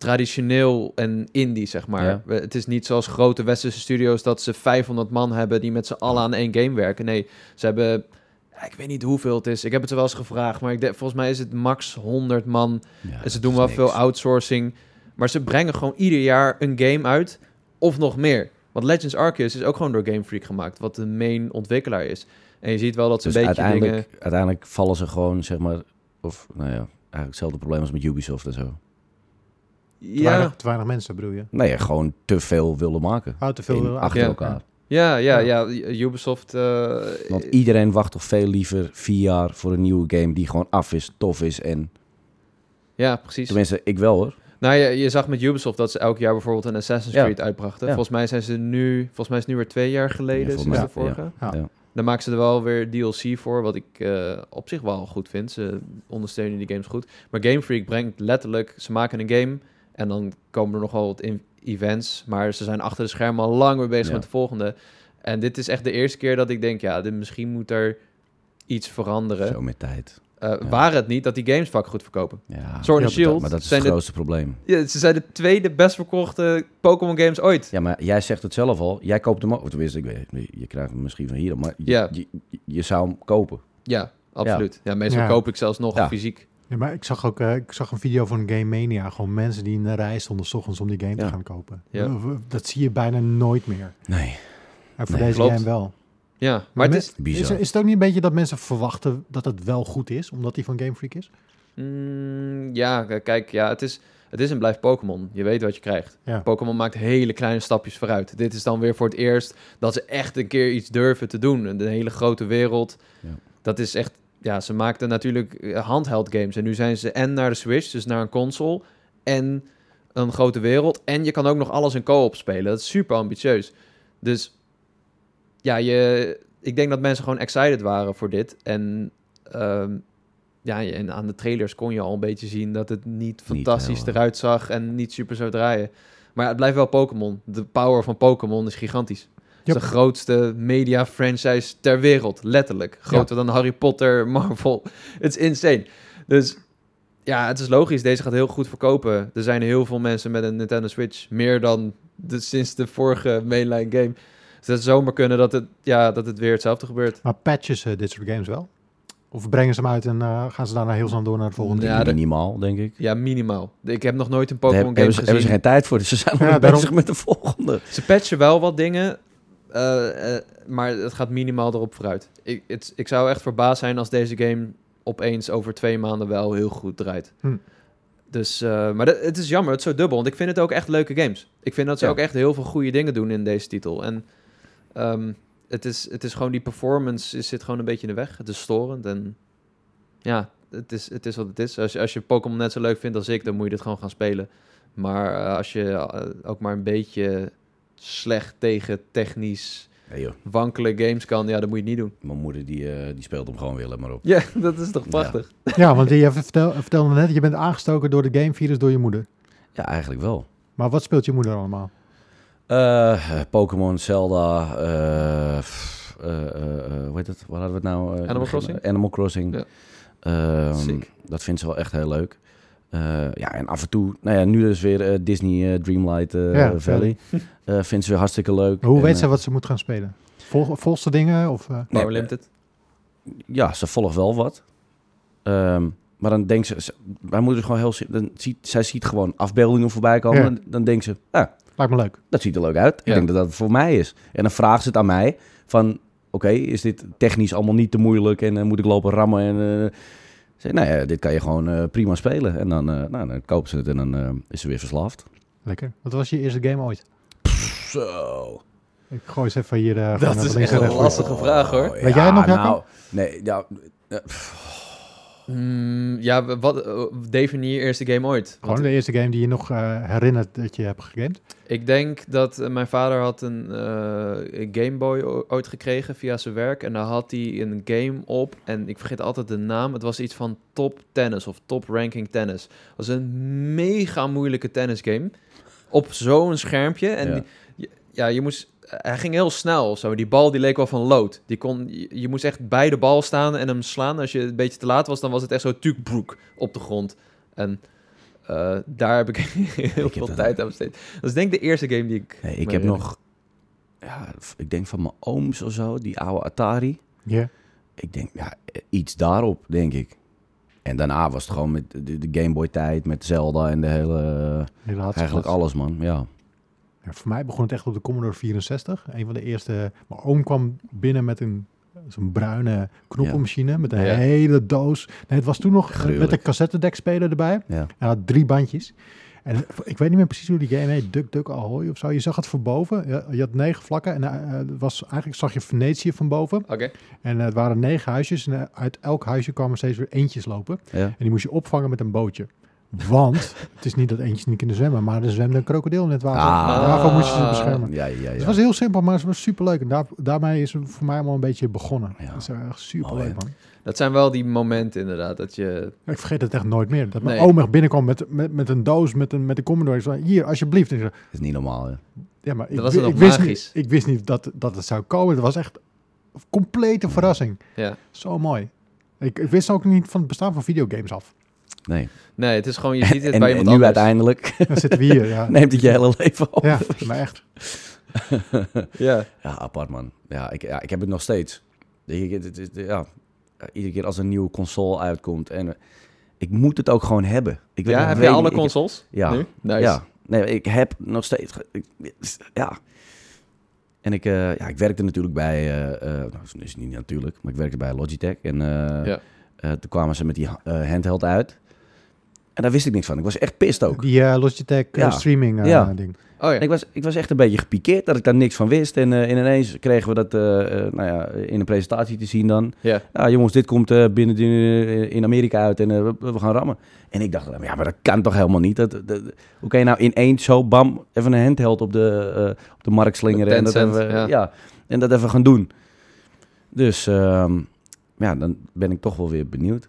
S2: traditioneel en indie, zeg maar.
S3: Ja.
S2: We- Het is niet zoals grote westerse studios dat ze 500 man hebben die met z'n allen aan één game werken. Nee, ze hebben. ja, Ik weet niet hoeveel het is. Ik heb het ze wel eens gevraagd, maar ik denk, volgens mij is het max 100 man
S3: Ja,
S2: en ze
S3: dat
S2: doen
S3: is
S2: wel
S3: niks.
S2: veel outsourcing. Maar ze brengen gewoon ieder jaar een game uit. Of nog meer. Want Legends Arceus is ook gewoon door Game Freak gemaakt. Wat de main ontwikkelaar is. En je ziet wel dat ze
S3: Dus
S2: een beetje
S3: uiteindelijk,
S2: dingen...
S3: uiteindelijk vallen ze gewoon, zeg maar... Of, nou ja, eigenlijk hetzelfde probleem als met Ubisoft en zo.
S1: Te,
S2: Ja,
S1: weinig, te weinig mensen bedoel je?
S3: Nee, gewoon te veel willen maken.
S1: Houdt te
S3: In-
S1: veel
S3: achter
S2: Ja.
S3: elkaar.
S2: ja, ja, ja. Ubisoft... eh,
S3: Want iedereen wacht toch veel liever vier jaar voor een nieuwe game die gewoon af is, tof is en...
S2: ja, precies.
S3: Tenminste, ik wel hoor.
S2: Nou, je, je zag met Ubisoft dat ze elk jaar bijvoorbeeld een Assassin's
S3: Ja.
S2: Creed uitbrachten.
S3: Ja.
S2: Volgens mij zijn ze nu... Volgens mij is het nu weer twee jaar
S3: Ja,
S2: geleden
S3: volgens
S2: sinds
S1: mij,
S2: de vorige.
S1: Ja.
S3: Ja.
S2: Dan maken ze er wel weer DLC voor, wat ik eh, op zich wel goed vind. Ze ondersteunen die games goed. Maar Game Freak brengt letterlijk, ze maken een game en dan komen er nogal wat in- events. Maar ze zijn achter de schermen al lang weer bezig
S3: Ja.
S2: met de volgende. En dit is echt de eerste keer dat ik denk, ja, dit, misschien moet er iets veranderen.
S3: Zo met tijd.
S2: Eh,
S3: ja.
S2: Waren het niet dat die games vaak goed verkopen.
S3: Ja.
S2: Sword
S1: Ja,
S2: and Shield
S3: Maar dat is
S2: zijn
S3: het
S2: de,
S3: grootste probleem.
S2: ja, ze zijn de tweede best verkochte Pokémon games ooit.
S3: Ja, maar jij zegt het zelf al. Jij koopt hem ook. Of tenminste, ik weet, je krijgt hem misschien van hier, maar je,
S2: Ja.
S3: je, je zou hem kopen.
S2: Ja, absoluut. Ja, meestal
S1: Ja.
S2: koop ik zelfs nog
S3: Ja.
S2: fysiek.
S1: Ja, maar ik zag ook eh, ik zag een video van Game Mania. Gewoon mensen die in de rij stonden 's ochtends om die game
S3: Ja.
S1: te gaan kopen. Eh,
S2: Ja.
S1: Dat zie je bijna nooit meer.
S3: Nee,
S1: En voor
S3: Nee,
S1: deze
S2: klopt.
S1: game wel.
S2: Ja, maar het
S1: Me-
S2: is...
S1: Is,
S3: bizar.
S1: is het ook niet een beetje dat mensen verwachten dat het wel goed is, omdat die van Game Freak is?
S2: Mm, ja, k- kijk, ja, het is, het is en blijft Pokémon. Je weet wat je krijgt.
S1: Ja.
S2: Pokémon maakt hele kleine stapjes vooruit. Dit is dan weer voor het eerst dat ze echt een keer iets durven te doen. Een hele grote wereld.
S3: Ja.
S2: Dat is echt... Ja, ze maakten natuurlijk eh, handheld games. En nu zijn ze en naar de Switch, dus naar een console... en een grote wereld. En je kan ook nog alles in co-op spelen. Dat is super ambitieus. Dus ja, je, ik denk dat mensen gewoon excited waren voor dit. En, ehm, ja, en aan de trailers kon je al een beetje zien dat het niet fantastisch
S3: heel, eh.
S2: eruit zag en niet super zou draaien. Maar het blijft wel Pokémon. De power van Pokémon is gigantisch. Het is
S1: Yep.
S2: de grootste media franchise ter wereld, letterlijk. Groter dan Harry Potter, (laughs) Marvel. Het is insane. Dus ja, het is logisch. Deze gaat heel goed verkopen. Er zijn heel veel mensen met een Nintendo Switch. Meer dan de, sinds de vorige mainline game. Dus het zou zomaar kunnen dat het, ja, dat het weer hetzelfde gebeurt.
S1: Maar patches eh, dit soort games wel? Of brengen ze hem uit en eh, gaan ze daarna heel snel door naar de volgende?
S2: Ja, dat-
S3: Minimaal, denk ik.
S2: Ja, minimaal. Ik heb nog nooit een
S3: Daar heb-
S2: Pokémon game
S3: hebben, ze, hebben
S2: gezien.
S3: ze geen tijd voor, dus ze zijn al
S1: Ja,
S3: bezig
S1: daarom.
S3: met de volgende.
S2: Ze patchen wel wat dingen, eh, eh, maar het gaat minimaal erop vooruit. Ik, het, ik zou echt verbaasd zijn als deze game opeens over twee maanden wel heel goed draait.
S1: Hm.
S2: Dus, eh, maar dat- het is jammer, het is zo dubbel, want ik vind het ook echt leuke games. Ik vind dat ze
S3: Ja.
S2: ook echt heel veel goede dingen doen in deze titel. En ehm, het, is, het is gewoon die performance is, zit gewoon een beetje in de weg. Het is storend en ja, het is, het is wat het is. Als je, als je Pokémon net zo leuk vindt als ik, dan moet je dit gewoon gaan spelen. Maar eh, als je eh, ook maar een beetje slecht tegen technisch
S3: Nee joh,
S2: wankele games kan, ja, dat moet je het niet doen.
S3: mijn moeder die, eh, die speelt hem gewoon weer, let maar op.
S2: Ja, (laughs) dat is toch
S3: Ja.
S2: prachtig.
S1: Ja, want je vertel- vertelde net, je bent aangestoken door de gamevirus door je moeder.
S3: Ja, eigenlijk wel.
S1: Maar wat speelt je moeder allemaal?
S3: Eh, Pokémon, Zelda, eh, pff, eh, eh, eh, hoe heet het? Waar hadden we het nou? eh,
S2: Animal Crossing?
S3: Animal Crossing.
S2: Ja.
S3: Ehm,
S2: Sick.
S3: dat vindt ze wel echt heel leuk. Eh, ja, en af en toe, nou ja, nu dus weer eh, Disney eh, Dreamlight eh,
S1: Ja,
S3: Valley. Eh, vindt ze weer hartstikke leuk.
S1: Maar Hoe
S3: En,
S1: weet
S3: eh,
S1: ze wat ze moet gaan spelen? Vol, volgt ze dingen? Of, eh,
S3: Nee, eh,
S2: Power Limited.
S3: ja, ze volgt wel wat. Ehm, maar dan denkt ze, ze- mijn moeder is gewoon heel... si- Dan ziet, zij ziet gewoon afbeeldingen voorbij komen.
S1: Ja.
S3: Dan, dan denkt ze, nou,
S1: lijkt me leuk.
S3: dat ziet er leuk uit. Ik
S2: Ja.
S3: denk dat dat voor mij is. En dan vraagt ze het aan mij van, is dit technisch allemaal niet te moeilijk en eh, moet ik lopen rammen en... eh, zei, nou ja, dit kan je gewoon eh, prima spelen. En dan, eh, nou, dan kopen ze het en dan eh, is ze weer verslaafd.
S1: Lekker. Wat was je eerste game ooit?
S3: Zo.
S1: Ik gooi eens even hier. eh, gewoon
S2: Dat
S1: naar
S2: is
S1: links
S2: echt
S1: en
S2: een
S1: rechts.
S2: lastige vraag hoor.
S1: Weet jij het nog, Jacco?
S3: Oh, nou, Nee, ja,
S2: Mm, ja, w- wat eh, definieer je eerste game ooit? Want
S1: Gewoon de eerste game die je nog eh, herinnert dat je hebt gegamed.
S2: Ik denk dat eh, mijn vader had een eh, Game Boy o- ooit gekregen via zijn werk. En daar had hij een game op. En ik vergeet altijd de naam. Het was iets van top tennis of top ranking tennis. Het was een mega moeilijke tennisgame. Op zo'n schermpje. En
S3: Ja.
S2: die- je- ja, je moest... eh, Hij ging heel snel of zo. Die bal die leek wel van lood. Die kon, je, je moest echt bij de bal staan en hem slaan. Als je een beetje te laat was, dan was het echt zo tukbroek op de grond. En eh, daar heb ik (laughs) heel
S3: heb
S2: veel
S3: dat-
S2: tijd aan besteed. Dat is denk ik de eerste game die ik...
S3: nee, ik
S2: me
S3: heb
S2: herinner.
S3: nog, ja, f- ik denk van mijn ooms of zo, die oude Atari.
S1: Ja.
S3: Ik denk, ja, eh, iets daarop, denk ik. En daarna was het gewoon met de, de Game Boy tijd, met Zelda en de hele, eh,
S1: Helaas.
S3: eigenlijk alles man, ja.
S1: Ja, voor mij begon het echt op de Commodore 64. Een van de eerste. Mijn oom kwam binnen met een zo'n bruine knoppenmachine met een
S2: Ja.
S1: hele doos. Nee, het was toen nog eh, met
S3: Gruwelijk.
S1: een cassettedekspeler erbij.
S3: Ja.
S1: Hij had drie bandjes. En ik weet niet meer precies hoe die game heet. Duck Duck Ahoy of zo. Je zag het van boven. Ja, Je had negen vlakken. En eh, eh, was, eigenlijk zag je Venetië van boven.
S2: Oké.
S1: En eh, het waren negen huisjes. En eh, uit elk huisje kwamen steeds weer eentjes lopen.
S3: ja.
S1: En die moest je opvangen met een bootje. Want het is niet dat eentjes niet kunnen zwemmen, maar er zwemde een krokodil in het water.
S3: Ah.
S1: Daarvoor moest je ze beschermen.
S3: Ja,
S2: Dus
S3: ja,
S1: Het
S3: ja.
S1: was heel simpel, maar het was superleuk. En daar, daarmee is het voor mij allemaal een beetje begonnen.
S3: Ja.
S1: Dat is echt superleuk,
S3: Mooi,
S1: man.
S2: Dat zijn wel die momenten inderdaad, dat je...
S1: Ik vergeet het echt nooit meer. Dat mijn
S2: Nee.
S1: oom echt binnenkwam met, met, met een doos, met een, met een Commodore. Ik zei, hier, alsjeblieft. En ik zei,
S3: Dat is niet normaal, hè.
S1: ja, maar ik,
S2: Dat was
S1: wi-
S2: nog
S1: ik wist, niet,
S2: magisch.
S1: ik wist niet dat, dat het zou komen. Het was echt een complete verrassing.
S2: Ja.
S1: Zo mooi. Ik, ik wist ook niet van het bestaan van videogames af.
S3: Nee.
S2: Nee, het is gewoon, je ziet het
S3: En,
S2: bij
S3: en nu
S2: iemand anders. (laughs)
S3: uiteindelijk
S1: Dan zitten we hier,
S3: (laughs)
S1: ja.
S3: neemt het je hele leven op.
S1: Ja, maar echt.
S2: Ja.
S3: Ja, apart man. Ja, ik, ja, ik heb het nog steeds. Ik, ik- het is- ja, iedere keer als een nieuwe console uitkomt en eh, ik moet het ook gewoon hebben. Ik
S2: ja,
S3: nog-
S2: heb je alle
S3: niet- ik-
S2: consoles?
S3: ja.
S2: Nu? Nice.
S3: Ja, nee, ik heb nog steeds. ge- ik- ja. En ik, eh, ja, ik werkte natuurlijk bij, eh, eh, nou, is niet natuurlijk, maar ik werkte bij Logitech. En eh,
S2: Ja.
S3: eh, toen kwamen ze met die ha- eh, handheld uit. En daar wist ik niks van. Ik was echt pist ook.
S1: Die eh, Logitech eh,
S3: Ja.
S1: streaming eh,
S3: Ja.
S1: ding.
S2: Oh ja.
S3: En ik was, ik was echt een beetje gepikeerd dat ik daar niks van wist. En eh, en ineens kregen we dat eh, eh, nou ja, in een presentatie te zien dan.
S2: ja.
S3: Ja, jongens, dit komt eh, binnen de- in Amerika uit en eh, we, we gaan rammen. En ik dacht, ja, maar dat kan toch helemaal niet? Dat, dat- hoe kan je nou ineens zo, bam, even een handheld op de, eh, op de markt slingeren? En dat,
S2: Tencent,
S3: even,
S2: ja.
S3: ja. en dat even gaan doen. Dus ehm, ja, dan ben ik toch wel weer benieuwd.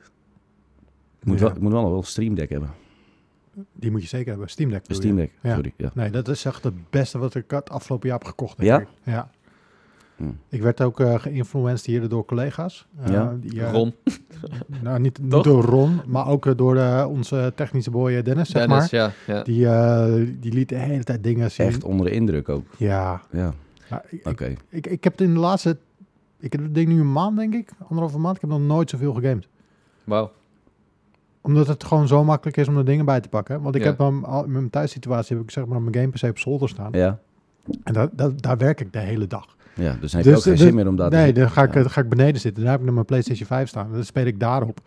S3: Ik moet,
S1: Ja.
S3: wel, ik moet wel nog wel een Stream Deck hebben.
S1: Die moet je zeker hebben. Steam Deck.
S3: Een
S1: bedoel je?
S3: Steam Deck,
S1: Ja.
S3: sorry. Ja.
S1: Nee, dat is echt het beste wat ik het afgelopen jaar heb gekocht. Denk
S3: Ja?
S1: Ik. ja.
S3: Hmm.
S1: Ik werd ook eh geïnfluenced hier door collega's. Eh,
S3: Ja?
S1: die, eh,
S2: Ron,
S1: Nou, niet, niet
S2: Toch?
S1: door Ron, maar ook eh, door eh, onze technische boy eh, Dennis, zeg
S2: Dennis,
S1: maar.
S2: ja. ja.
S1: Die, eh, die liet de hele tijd dingen zien.
S3: Echt onder de indruk ook.
S1: Ja.
S3: Ja,
S1: Nou, ik,
S3: oké.
S1: ik, ik heb het in de laatste... Ik heb het ding nu een maand, denk ik. Anderhalve maand. Ik heb nog nooit zoveel gegamed.
S2: Wauw.
S1: Omdat het gewoon zo makkelijk is om er dingen bij te pakken. Want ik
S2: Ja.
S1: heb hem al, in mijn thuissituatie heb ik zeg maar mijn game PC op zolder staan.
S3: Ja,
S1: En dat, dat, daar werk ik de hele dag.
S3: ja, dus dan heb je ook geen
S1: de-
S3: zin meer om daar te
S1: Nee,
S3: zitten.
S1: dan ga ik,
S3: Ja.
S1: dan ga ik beneden zitten. Daar heb ik nog mijn PlayStation 5 staan. Dan speel ik daarop.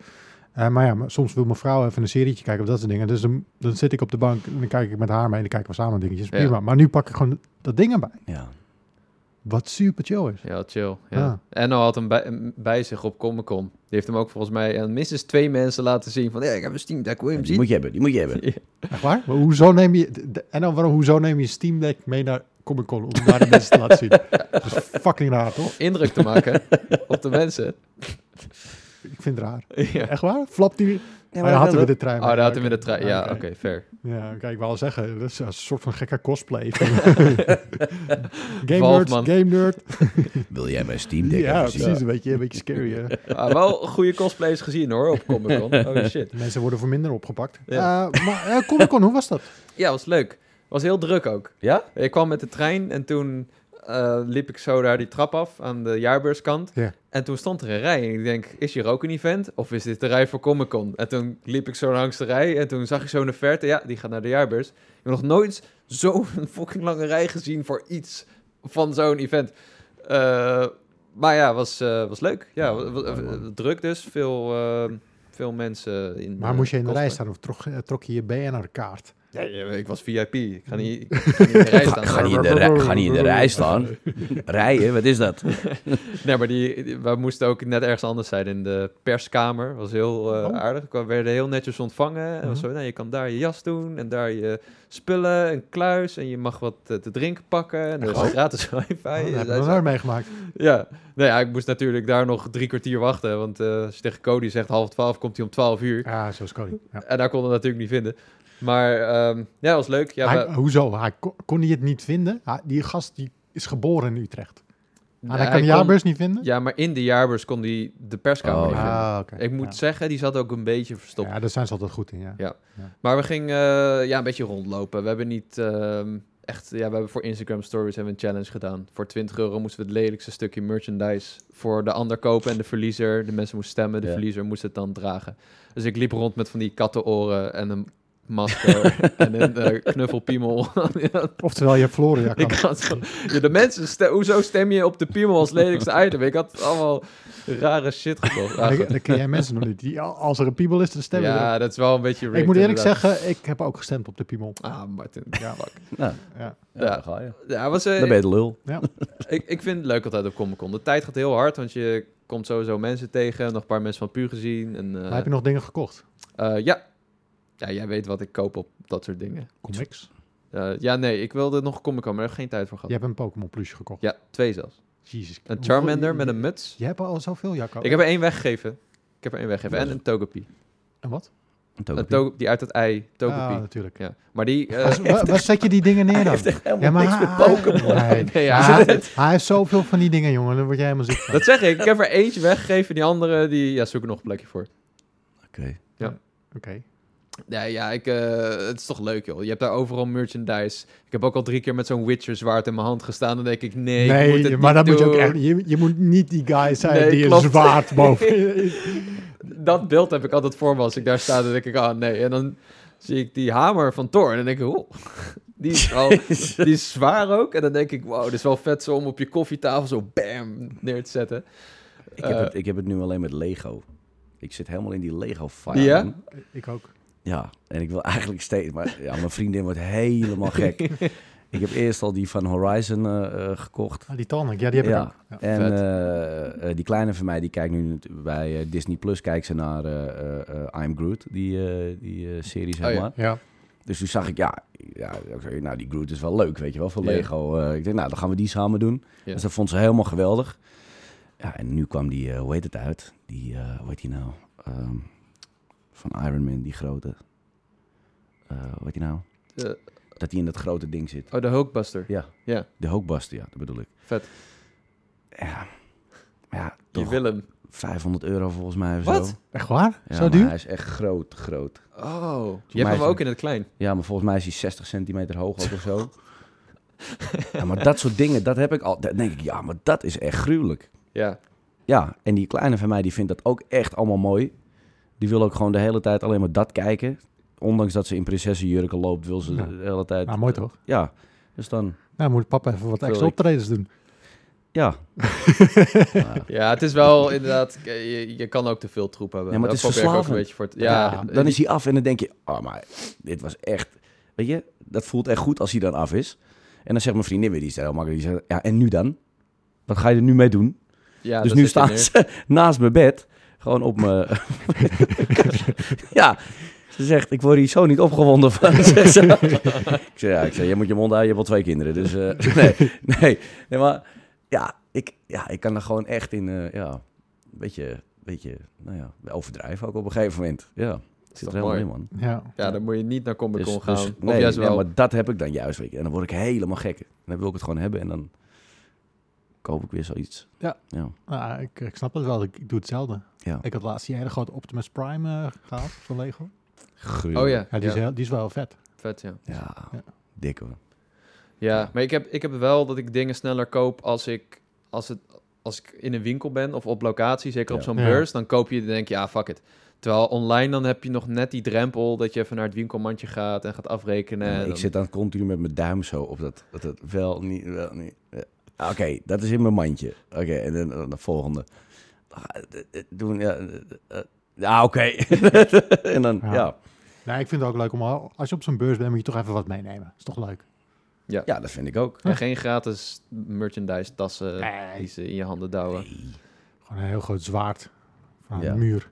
S1: Eh, maar ja, maar soms wil mijn vrouw even een serietje kijken of dat soort dingen. Dus dan, dan zit ik op de bank en dan kijk ik met haar mee en dan kijken we samen dingetjes.
S2: Ja.
S1: Prima. Maar nu pak ik gewoon dat ding erbij.
S3: Ja.
S1: Wat super chill is.
S2: Ja, chill. Ja.
S1: Ja.
S2: En nou had hem bij, hem bij zich op Comic Con. Die heeft hem ook volgens mij aan minstens twee mensen laten zien van... Ja, ik heb een Steam Deck, wil je hem
S3: Die
S2: zien?
S3: moet je hebben, die moet je hebben.
S1: Echt waar? Maar hoezo neem je... de- de- en dan waarom, hoezo neem je Steam Deck mee naar Comic Con om daar de mensen te laten
S3: (laughs)
S1: zien? Dat is fucking raar, toch?
S2: Indruk te maken op de mensen.
S1: Ik vind het raar.
S2: ja.
S1: Echt waar? Flapt die...
S3: Ja,
S1: maar hij had hem in de trein.
S2: Oh, daar had hij
S1: Oké. Ah,
S2: met de trein. Ja, oké,
S1: Oké.
S2: fair.
S1: Ja, kijk, ik wil zeggen, dat is een soort van gekke
S2: (laughs)
S1: cosplay. van- game nerd,
S2: Valfman.
S1: game
S2: (laughs)
S1: nerd.
S3: Wil jij mijn Steam Deck
S1: Ja,
S3: hebben zien?
S1: precies, een beetje, een beetje scary.
S2: (laughs)
S1: hè.
S2: Ah, wel goede cosplays gezien hoor, op Comic Con. Oh shit.
S1: De mensen worden voor minder opgepakt.
S2: Ja.
S1: Eh, maar eh, Comic Con, hoe was
S2: (laughs)
S1: dat?
S2: Ja, was leuk. Was heel druk ook.
S3: Ja?
S2: Ik kwam met de trein en toen eh, liep ik zo daar die trap af aan de jaarbeurskant.
S1: Ja.
S2: En toen stond er een rij en ik denk, is hier ook een event? Of is dit de rij voor Comic Con? En toen liep ik zo langs de rij en toen zag ik zo in de verte, ja, die gaat naar de jaarbeurs. Ik heb nog nooit (laughs) zo'n fucking lange rij gezien voor iets van zo'n event. Eh, maar ja, was, eh, was leuk. Ja, wa- wa- eh, druk dus. Veel, eh, veel mensen in
S1: Maar
S2: eh,
S1: moest je in de rij
S2: Cosmo.
S1: staan of trok, eh, trok je je BNR-kaart?
S2: Ja, ja, ik was VIP. Ik ga niet, ik ga
S1: (laughs)
S2: niet in de rij
S3: Ga,
S2: staan.
S3: ga niet in de rij, ga niet in de rij
S2: (laughs)
S3: staan. Rijden, wat is dat?
S2: Nee, maar die, die- we moesten ook net ergens anders zijn in de perskamer. was heel eh,
S1: Oh.
S2: aardig. We werden heel netjes ontvangen. En was
S1: Mhm.
S2: zo, nou, je kan daar je jas doen en daar je spullen, een kluis en je mag wat eh, te drinken pakken. En er is
S1: Oh.
S2: gratis (laughs) wifi.
S1: Oh, dat
S2: Zij
S1: heb ik
S2: zei-
S1: nog nooit meegemaakt.
S2: ja. Nou ja, ik moest natuurlijk daar nog drie kwartier wachten. Want eh, als je tegen Cody zegt half twaalf, komt hij om twaalf uur.
S1: Ja, zo is Cody. Ja.
S2: En daar konden we natuurlijk niet vinden. Maar ehm, ja, dat was leuk. Ja,
S1: Hij-
S2: we-
S1: hoezo? Hij, kon, kon hij het niet vinden? Hij- die gast die is geboren in Utrecht. En
S2: nou,
S1: hij kan
S2: hij
S1: de
S2: kon-
S1: jaarbeurs niet vinden?
S2: Ja, maar in de jaarbeurs kon hij de perskamer
S3: Oh,
S2: niet
S3: ja.
S2: vinden.
S1: Ah, oké.
S2: Ik moet
S1: ja.
S2: zeggen, die zat ook een beetje verstopt.
S1: Ja, daar zijn ze altijd goed in, ja.
S2: Ja. Maar we gingen eh, ja, een beetje rondlopen. We hebben niet ehm, echt... Ja, we hebben voor Instagram Stories hebben we een challenge gedaan. Voor 20 euro moesten we het lelijkste stukje merchandise voor de ander kopen en de verliezer. De mensen moesten stemmen, de
S3: Ja.
S2: verliezer moest het dan dragen. Dus ik liep rond met van die kattenoren en een
S3: (laughs)
S2: masker en een eh, knuffelpiemel. (laughs) Ja,
S1: Oftewel, je hebt Floria.
S2: (laughs) ik had zo- ja, de mensen, ste- hoezo stem je op de piemel als lelijkste item? Ik had allemaal rare shit gekocht. Ah, goed.
S1: Dan ken jij mensen nog niet. Die, als er een piemel is, dan stemmen ze.
S2: Ja, dat is wel een beetje
S1: Ik
S2: rigged,
S1: moet eerlijk
S2: inderdaad.
S1: zeggen, ik heb ook gestemd op de piemel.
S2: Ah, Martin.
S1: Ja.
S2: fuck.
S3: Nou,
S1: Ja.
S3: ja, daar ga je.
S2: Ja, was, eh,
S3: Dan ben je de lul.
S2: ik, ik vind het leuk altijd op Comic Con. De tijd gaat heel hard, want je komt sowieso mensen tegen. Nog een paar mensen van Puur gezien. En, eh,
S1: Maar heb je nog dingen gekocht?
S2: eh, ja. ja, jij weet wat ik koop op dat soort dingen.
S1: Comics.
S2: Eh, ja, nee, ik wilde nog Comic Con, maar daar heb ik geen tijd voor
S1: Je
S2: gehad.
S1: hebt een Pokémon plusje gekocht.
S2: Ja, twee zelfs.
S1: Jezus.
S2: Een
S1: hoeveel-
S2: Charmander met een muts.
S1: Je Oh. hebt al zoveel, Jacco.
S2: Ik heb er één weggegeven. Ik heb er één weggegeven. En een Togepi.
S1: En wat?
S2: Een Toge- die uit het ei. Togepi.
S1: Ah, natuurlijk.
S2: ja. Maar die... eh, (laughs)
S1: Waar- Waar, waar zet je die dingen neer dan?
S3: helemaal niks
S1: hij-
S3: met Pokémon.
S1: Nee.
S2: (laughs) nee, ja,
S1: Hij, hij heeft zoveel van die dingen, jongen. Dan word jij helemaal ziek van.
S2: dat zeg ik. Ik heb er eentje weggegeven. Die andere, die... Ja, zoek er nog een plekje voor.
S3: Oké.
S1: Oké.
S2: Ja, ja ik, eh, het is toch leuk, joh. Je hebt daar overal merchandise. Ik heb ook al drie keer met zo'n Witcher-zwaard in mijn hand gestaan. Dan denk ik, nee, ik moet het
S1: maar
S2: niet
S1: dat moet je ook
S2: doen.
S1: echt... Je, je moet niet die guy zijn
S2: Nee,
S1: die
S2: klopt.
S1: een zwaard
S2: (laughs)
S1: boven...
S2: Dat beeld heb ik altijd voor me als ik daar sta. Dan denk ik, ah nee. En dan zie ik die hamer van Thor. En dan denk ik, oh, (laughs) die is, wel, die is zwaar ook. En dan denk ik, wow, dit is wel vet zo om op je koffietafel zo bam neer te zetten.
S3: Ik, heb
S2: Eh.
S3: het- ik heb het nu alleen met Lego. Ik zit helemaal in die Lego-file.
S2: Ja?
S1: ik ook.
S3: Ja, en ik wil eigenlijk steeds... Maar ja, mijn vriendin wordt helemaal
S2: (laughs)
S3: gek. ik heb eerst al die van Horizon eh, eh, gekocht.
S1: Ah, die Tonic, ja, die heb ik
S3: Ja.
S1: ook. Ja.
S3: En
S2: Vet.
S3: eh, eh, die kleine van mij, die kijkt nu nat- bij eh, Disney Plus, kijkt ze naar eh, eh, eh, I'm Groot, die, eh, die eh, serie zeg
S2: Oh ja.
S3: maar.
S1: Ja.
S3: Dus toen zag ik, ja, ja ik zei, nou die Groot is wel leuk, weet je wel, van
S2: Ja.
S3: Lego. Eh, ik denk, nou dan gaan we die samen doen.
S2: Ja.
S3: Dus dat vond ze helemaal geweldig. Ja, en nu kwam die, eh, hoe heet het uit? Die, eh, hoe heet die nou? Ehm, van Iron Man, die grote. Eh, hoe heet die nou?
S2: Eh.
S3: dat die in dat grote ding zit.
S2: Oh, de Hulkbuster.
S3: Ja,
S2: Ja,
S3: de Hulkbuster, ja, dat bedoel ik.
S2: vet.
S3: Ja, maar ja
S2: Je
S3: toch.
S2: wil hem.
S3: 500 euro volgens mij of
S2: Wat?
S3: zo.
S1: Echt waar?
S3: Ja,
S1: Zo
S3: maar
S1: duur?
S3: Hij is echt groot, groot.
S2: Oh, je
S3: mij
S2: hebt
S3: is
S2: hem
S3: hem-
S2: ook in het klein.
S3: Ja, maar volgens mij is hij 60 centimeter hoog ook of
S2: (laughs)
S3: zo. ja, maar dat soort dingen, dat heb ik al. Dan denk ik, ja, maar dat is echt gruwelijk.
S2: Ja,
S3: Ja, en die kleine van mij, die vindt dat ook echt allemaal mooi. Die wil ook gewoon de hele tijd alleen maar dat kijken. Ondanks dat ze in prinsessenjurken loopt, wil ze
S1: Ja.
S3: de hele tijd...
S1: Nou, mooi
S2: eh,
S1: toch?
S3: Ja, dus dan...
S1: Nou, moet papa even wat extra
S2: Sorry.
S1: optredens doen. (laughs)
S3: Ja,
S2: ja het is wel inderdaad... Je, je kan ook te veel troep hebben.
S3: Ja, maar het
S2: Daar
S3: is
S2: probeer ik ook een
S3: verslavend.
S2: beetje voor te- ja,
S1: Ja,
S3: dan is hij af en dan denk je, oh, maar dit was echt... Weet je, dat voelt echt goed als hij dan af is. En dan zegt mijn vriendin weer, die is daar heel makkelijk. Die zegt, ja, en nu dan? Wat ga je er nu mee doen?
S2: ja,
S3: dus
S2: daar
S3: nu
S2: zit je
S3: staan
S2: neer.
S3: ze (laughs) naast mijn bed, gewoon
S2: (laughs)
S3: op mijn... ja, ze zegt, ik word hier zo niet opgewonden van. (laughs) zegt ze. ik zeg, ja, ik zeg, je moet je mond houden, je hebt al twee kinderen. Dus eh, (laughs) nee, nee, nee, maar ja, ik, ja, ik kan er gewoon echt in, eh, ja, een beetje, beetje, nou ja, overdrijven ook op een gegeven moment. Ja, het
S2: toch
S3: zit er helemaal
S2: mooi?
S3: in, man.
S1: Ja.
S2: Ja, dan moet je niet naar Comic Con
S3: Dus-
S2: gaan.
S3: dus-
S2: of
S3: nee,
S2: juist
S3: nee,
S2: wel.
S3: maar dat heb ik dan juist. weet je. En dan word ik helemaal gek. En dan wil ik het gewoon hebben en dan koop ik weer zoiets.
S1: Ja.
S3: ja.
S1: Nou, ik, ik snap het wel. Ik, ik doe hetzelfde.
S3: Ja.
S1: Ik had laatst die hele grote Optimus Prime eh, gehaald van Lego.
S3: Gruwelijk.
S2: Oh ja,
S1: Ja, die,
S2: ja.
S1: Is heel, die is wel heel vet.
S2: vet ja.
S3: Ja,
S1: Ja.
S3: dik hoor.
S2: Ja, maar ik heb, ik heb wel dat ik dingen sneller koop als ik, als het, als ik in een winkel ben of op locatie, zeker op
S3: Ja.
S2: zo'n
S1: Ja.
S2: beurs. Dan koop je en denk je, ja, fuck it. Terwijl online dan heb je nog net die drempel dat je even naar het winkelmandje gaat en gaat afrekenen.
S3: Ja, maar
S2: en
S3: ik
S2: dan-
S3: zit dan continu met mijn duim zo op dat, dat het wel niet, wel niet. Ja. Ah, Oké, dat is in mijn mandje. Oké, en dan, dan de volgende. Ah, eh, eh, Doen, ja, eh, eh, ja oké. (laughs) en dan,
S1: Ja.
S3: ja.
S1: Nee, ik vind het ook leuk om al- als je op zo'n beurs bent, moet je toch even wat meenemen. Is toch leuk?
S3: Ja, dat vind ik ook.
S2: En geen gratis merchandise tassen
S1: Nee.
S2: die ze in je handen douwen.
S1: Gewoon een heel groot zwaard van
S3: Ja.
S1: een
S2: (laughs)
S1: muur.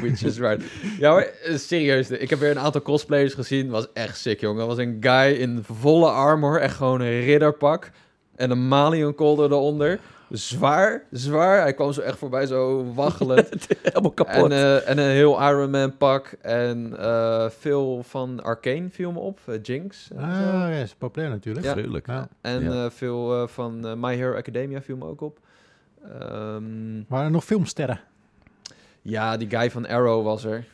S2: Which is right. Ja, maar eh, serieus. Ik heb weer een aantal cosplayers gezien. Was echt sick, jongen. Er was een guy in volle armor. Echt gewoon een ridderpak. En een Malian kolder eronder. Zwaar, zwaar. Hij kwam zo echt voorbij, zo
S1: (laughs)
S2: waggelend.
S3: Helemaal kapot.
S2: en, eh, en een heel Iron Man pak. En eh, veel van Arcane viel me op. eh, Jinx. en
S1: Ah,
S2: zo.
S1: ja, is populair natuurlijk.
S2: ja.
S3: Gruwelijk.
S1: Ja.
S2: En
S3: Ja.
S2: eh, veel eh, van eh, My Hero Academia viel me ook op. Ehm,
S1: Waren er nog filmsterren?
S2: ja, die guy van Arrow was er.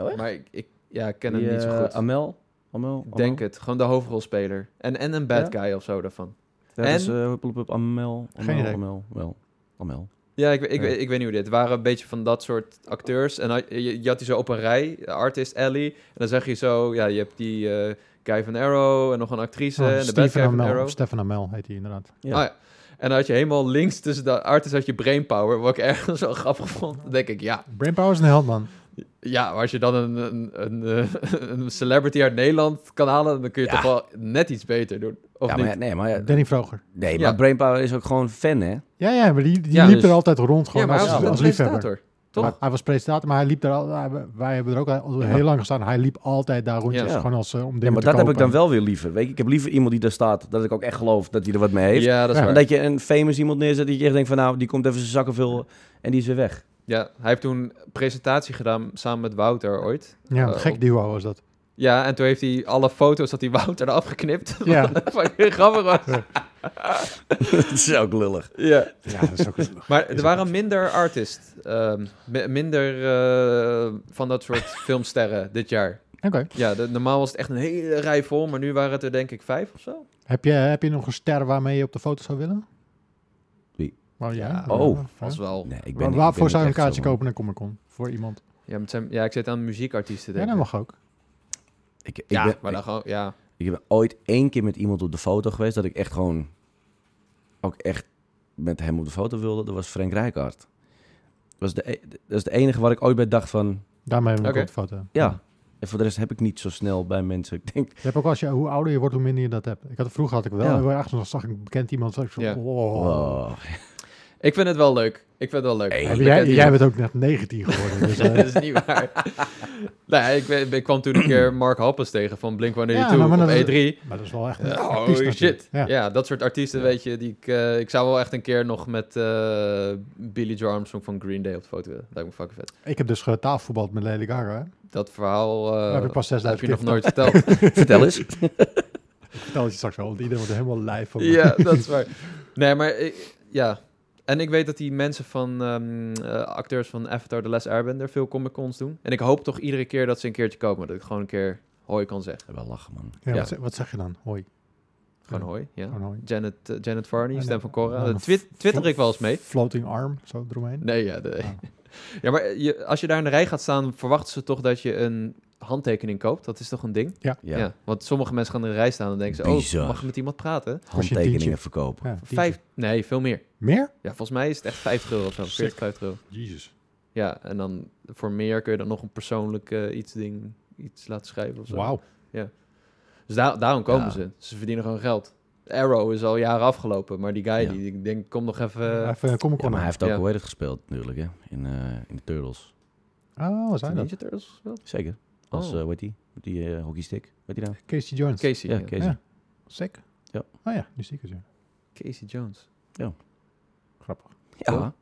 S3: Oh, echt?
S2: maar ik, ik ja, ik ken
S3: Die,
S2: hem niet
S3: eh,
S2: zo goed.
S3: Amel? Amel?
S2: Ik Denk het. Gewoon de hoofdrolspeler. En, en een bad guy of zo daarvan.
S3: Ja,
S2: En?
S3: dat is, eh, hup, hup, hup, Amel. Amel,
S1: Geen idee.
S3: Amel, wel. Amel.
S2: Ja, ik, ik,
S3: Ja.
S2: Ik, weet niet hoe dit. Het waren een beetje van dat soort acteurs. En had- je, je had die zo op een rij, Artist Alley. En dan zeg je zo, ja, je hebt die eh, guy van Arrow en nog een actrice.
S1: Oh,
S2: en eh, de bad guy
S1: Stephen
S2: van
S1: Amell.
S2: Arrow.
S1: Stefan Amell heet hij inderdaad.
S3: Ja.
S2: Ah, ja. En dan had je helemaal links tussen de artist had je Brainpower, wat ik ergens wel grappig vond. Dan denk ik, ja,
S1: Brainpower is een held, man.
S2: ja maar als je dan een, een, een, eh, (laughs) een celebrity uit Nederland kan halen, dan kun je
S3: Ja.
S2: toch wel net iets beter doen. Of
S3: Ja,
S2: niet?
S3: maar, ja, nee, maar, ja,
S1: Danny Vroger.
S3: nee,
S2: Ja.
S3: maar Brainpower is ook gewoon fan, hè?
S1: Ja, ja, maar die, die
S2: Ja,
S1: liep
S2: dus-
S1: er altijd rond gewoon
S2: ja, maar
S1: als,
S2: hij was
S3: ja,
S2: een
S1: als liefhebber.
S2: presentator, toch?
S1: Maar hij was presentator, maar hij liep daar al, hij- wij hebben er ook al heel lang gestaan. Hij liep altijd daar rondjes,
S2: Ja.
S1: gewoon als, eh, om dingen
S3: Ja, maar
S1: te
S3: dat heb ik
S1: kopen.
S3: dan wel weer liever. Weet je, ik heb liever iemand die daar staat, dat ik ook echt geloof dat hij er wat mee heeft.
S2: Ja, dat is
S1: Ja.
S2: waar.
S3: En dat je een famous iemand neerzet, dat je echt denkt van nou, die komt even zijn zakken vullen en die is weer weg.
S2: Ja, hij heeft toen een presentatie gedaan samen met Wouter ooit.
S1: Ja,
S3: Oh.
S1: een
S2: Eh,
S1: gek duo was
S3: (laughs)
S1: dat.
S2: Ja, en toen heeft hij alle foto's dat hij Wouter eraf geknipt. (laughs)
S1: Ja.
S2: Wat heel grappig was.
S3: (laughs) dat is ook lullig.
S2: Ja.
S1: Ja, dat is ook
S2: Maar
S1: Is
S2: er
S1: ook
S2: waren minder artists, ehm, mi- minder eh, van dat
S1: (laughs)
S2: soort filmsterren dit jaar.
S1: (laughs) Oké.
S2: Ja, de- normaal was het echt een hele rij vol, maar nu waren het er denk ik vijf of zo.
S1: Heb, je, heb je nog een ster waarmee je op de foto zou willen?
S3: Wie?
S1: Oh ja.
S2: Ja,
S3: oh.
S2: Was wel.
S3: Nee,
S1: Waar-
S3: ik ben niet- ik ben
S1: waarvoor
S3: niet
S1: zou je een
S3: echt
S1: kaartje
S3: zo, man.
S1: kopen naar Comic Con? Voor iemand?
S2: Ja, maar het zijn- ja, ik zit aan muziekartiesten
S1: Ja,
S2: denk
S1: dat
S2: ik.
S1: mag ook.
S3: Ik, ik,
S2: Ja,
S3: ben,
S2: maar dan gewoon, ja.
S3: ik, ik ben ooit één keer met iemand op de foto geweest dat ik echt gewoon ook echt met hem op de foto wilde. Dat was Frank Rijkaard. Dat was de, e- dat is het enige waar ik ooit bij dacht van
S1: Daarmee hebben we
S2: Oké.
S1: een foto.
S3: ja. En voor de rest heb ik niet zo snel bij mensen. Ik denk,
S1: Je hebt ook als je, hoe ouder je wordt, hoe minder je dat hebt. Ik had, vroeger had ik wel,
S3: Ja.
S1: heel erg nog zag ik bekend iemand, zag ik zo,
S2: Ja.
S1: wow.
S3: oh,
S2: Ik vind het wel leuk. Ik vind het wel leuk.
S3: Hey,
S1: Heb
S2: Ik
S1: jij,
S2: ken die
S1: jij bent ook net 19 geworden.
S3: (laughs)
S1: Dus, eh,
S2: (laughs) dat is niet waar. nou, ja, ik, ben- ik kwam toen een keer Mark Hoppus tegen van Blink-182
S1: Ja, nou, maar- maar
S2: op
S1: dat is-
S2: E3.
S1: maar dat is wel echt een
S2: Ja,
S1: artiest
S2: oh shit.
S1: natuurlijk.
S2: Ja.
S1: Ja.
S2: dat soort artiesten, weet je, die ik... eh, ik zou wel echt een keer nog met eh, Billy Joe Armstrong van Green Day op de foto willen. Lijkt me fucking vet.
S1: Ik heb dus getafelvoetbald met Lady Gaga. Hè?
S2: Dat verhaal eh,
S1: Daar heb ik pas
S2: heb
S1: 6000
S2: je
S1: keer (laughs)
S2: nog nooit verteld.
S3: vertel (laughs) eens.
S1: Ik vertel het je straks wel, want iedereen wordt er helemaal lijf van.
S2: (laughs) ja, dat is waar. Nee, maar ik- ja... En ik weet dat die mensen van ehm, eh, acteurs van Avatar The Last Airbender veel Comic-Cons doen. En ik hoop toch iedere keer dat ze een keertje komen. Dat ik gewoon een keer hoi kan zeggen.
S3: Wel lachen man.
S1: (laughs) Ja,
S2: Ja.
S1: Wat, zeg, wat zeg je dan? Hoi. Oh, nou,
S2: Gewoon
S1: Ja.
S2: hoi, ja.
S1: Gewoon hoi.
S2: Janet, eh, Janet Varney,
S1: En
S2: stem
S1: dan-
S2: van Cora.
S1: dan
S2: Dat
S1: een
S2: twit- twitter
S1: flo-
S2: ik wel eens mee.
S1: Floating arm, zo eromheen.
S2: Nee, ja. de-
S1: Ah.
S2: (laughs) ja, maar je, als je daar in de rij gaat staan, verwachten ze toch dat je een handtekening koopt. Dat is toch een ding? Ja.
S3: Ja,
S2: want sommige mensen gaan in de rij staan en denken ze,
S3: Bizar.
S2: oh, mag ik met iemand praten?
S3: handtekeningen verkopen.
S1: Ja, tientje.
S2: Vijf, nee, veel meer.
S1: Meer?
S2: Ja, volgens mij is het echt 50 euro of zo, 40,
S1: Sick.
S2: 50 euro.
S1: Jezus.
S2: Ja, en dan voor meer kun je dan nog een persoonlijk eh, iets ding, iets laten schrijven of zo.
S1: Wauw.
S2: Dus daar- daarom komen
S3: Ja.
S2: ze. Ze verdienen gewoon geld. Arrow is al jaren afgelopen, maar die guy,
S3: Ja.
S2: die, ik denk, kom nog even...
S1: Even eh, Comic
S3: Ja,
S1: Con.
S3: maar hij heeft ook
S2: Eh, Ja.
S3: hoe heet het gespeeld natuurlijk, hè? In, eh, in de Turtles.
S1: oh, wat zijn dat?
S2: Ninja Turtles gespeeld?
S3: Zeker. Als,
S2: Oh.
S3: eh, hoe heet die? Met die eh, hockeystick. Weet die nou?
S1: Casey Jones.
S2: Casey,
S3: Ja,
S2: ja.
S3: Casey.
S1: Ja. Sick.
S3: Ja.
S1: Oh ja, nu zie ik het ja.
S2: Casey Jones.
S1: Grappig.
S3: Ja,
S2: Cool.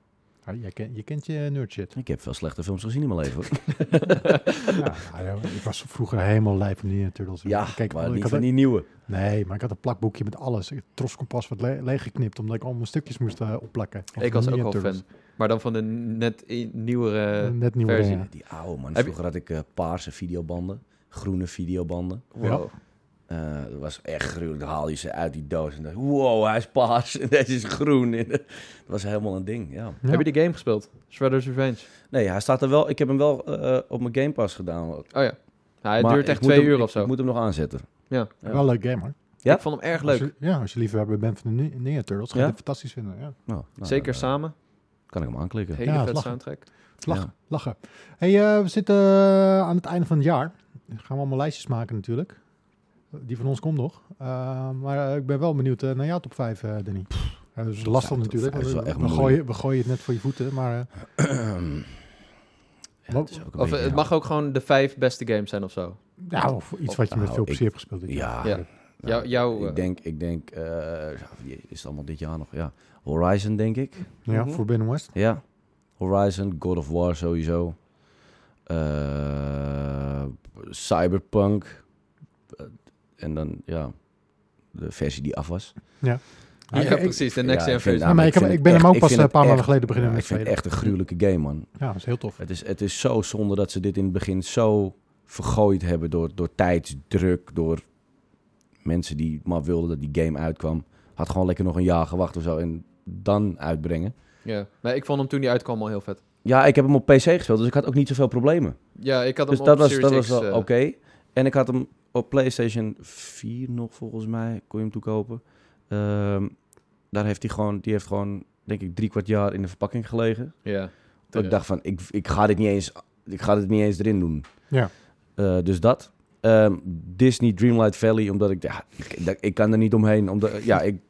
S1: Ah, jij ken- je kent je nerd
S2: (laughs)
S1: shit.
S3: ik heb veel slechte films gezien in mijn leven. hoor.
S1: ja, nou ja, ik was vroeger helemaal lijf van die Turtles. Kijk,
S3: maar
S1: ik
S3: niet
S1: had
S3: van
S1: een-
S3: die nieuwe.
S1: Nee, maar ik had een plakboekje met alles. Ik had het troskompas wat le leeggeknipt, omdat ik allemaal stukjes moest eh, opplakken. Van
S2: Ik was
S1: die
S2: ook
S1: Ninja
S2: wel
S1: Turtles.
S2: fan. Maar dan van de net i-
S3: eh,
S2: nieuwere...
S1: Een Net nieuwe
S2: versie.
S1: dingen.
S3: Die oude man.
S2: Heb je-
S3: Vroeger had ik eh, paarse videobanden. Groene videobanden.
S2: Wow.
S3: Eh, dat was echt gruwelijk. Dan haal je ze uit die doos en dacht, wow, hij is paars (laughs) en deze is groen. En dat was helemaal een ding, ja.
S1: Ja.
S2: Heb je die game gespeeld? Shredder's Revenge.
S3: Nee, hij staat er wel, ik heb hem wel eh, op mijn Game Pass gedaan.
S2: Oh ja. Nou, het
S3: Maar
S2: duurt
S3: ik
S2: echt
S3: moet
S2: twee
S3: hem-
S2: uur of
S3: Ik
S2: zo.
S3: moet hem nog aanzetten.
S1: Wel een leuk game hoor.
S3: Ja?
S2: Ik vond hem erg
S1: Als
S2: leuk.
S1: je, ja, als je liefhebber bent van de Ne- Ninja Turtles, ga je
S3: Ja?
S1: het fantastisch vinden. Ja.
S3: Nou, nou,
S2: Zeker
S3: eh,
S2: samen.
S3: Kan ik hem aanklikken.
S2: Hele
S1: Ja,
S2: vet
S1: lachen.
S2: soundtrack.
S1: Lachen,
S3: Ja.
S1: lachen. Hey, eh, we zitten aan het einde van het jaar. Dan gaan we allemaal lijstjes maken natuurlijk. Die van ons komt nog. Eh, maar eh, ik ben wel benieuwd eh, naar jouw top 5, eh Danny. Ja, dat is lastig
S3: vijf, top
S1: natuurlijk.
S3: vijf is
S1: want
S3: wel echt
S1: we,
S3: moeilijk.
S1: gooien, we gooien het net voor je voeten. Maar eh,
S3: Ja, het is ook een
S2: Of eh,
S3: beetje-
S2: het mag ook gewoon de vijf beste games zijn of zo.
S1: nou, of iets
S3: Of-
S1: wat je met
S3: nou,
S1: veel
S3: ik-
S1: plezier hebt gespeeld. dit jaar.
S3: Ja.
S2: Ja. Jou- jou, eh,
S3: ik denk, ik denk eh, die is het allemaal dit jaar nog? Ja. Horizon, denk ik.
S1: ja
S2: Mhm.
S1: Forbidden West.
S3: Ja. Horizon, God of War sowieso. Eh, Cyberpunk. Eh, en dan, ja, de versie die af was.
S2: (laughs) Ja,
S1: ik- ik-
S2: precies. De Next
S3: Ja,
S2: Gen
S3: ik vind-
S2: version.
S1: Ja, maar ik,
S3: ik
S1: heb-
S3: vind
S1: ik ben
S3: het
S1: hem
S3: echt-
S1: ook
S3: ik
S1: pas eh,
S3: vind
S1: een
S3: het
S1: paar maanden
S3: echt-
S1: geleden beginnen
S3: Ja,
S1: met
S3: ik vind het
S1: spelen.
S3: echt een gruwelijke game, man.
S1: Ja, dat is heel tof.
S3: Het is, het is zo zonde dat ze dit in het begin zo vergooid hebben door, door tijdsdruk, door mensen die maar wilden dat die game uitkwam. Had gewoon lekker nog een jaar gewacht of zo en dan uitbrengen.
S2: Ja. Maar ik vond hem toen die uitkwam al heel vet.
S3: Ja, ik heb hem op PC gespeeld, dus ik had ook niet zoveel problemen.
S2: Ja, ik had hem
S3: Dus
S2: op
S3: dat was,
S2: Series
S3: dat was
S2: X,
S3: wel
S2: eh,
S3: oké. En ik had hem op PlayStation 4 nog, volgens mij, kon je hem toekopen. Ehm, daar heeft hij gewoon, die heeft gewoon, denk ik, drie kwart jaar in de verpakking gelegen.
S2: Ja.
S3: Dat ik
S2: Ja.
S3: dacht van, ik, ik, ga dit niet eens, ik ga dit niet eens erin doen.
S1: Ja.
S3: Eh, dus dat. Ehm, Disney Dreamlight Valley, omdat ik, ja, ik, dat- ik kan er niet omheen. Omdat, ja, ik,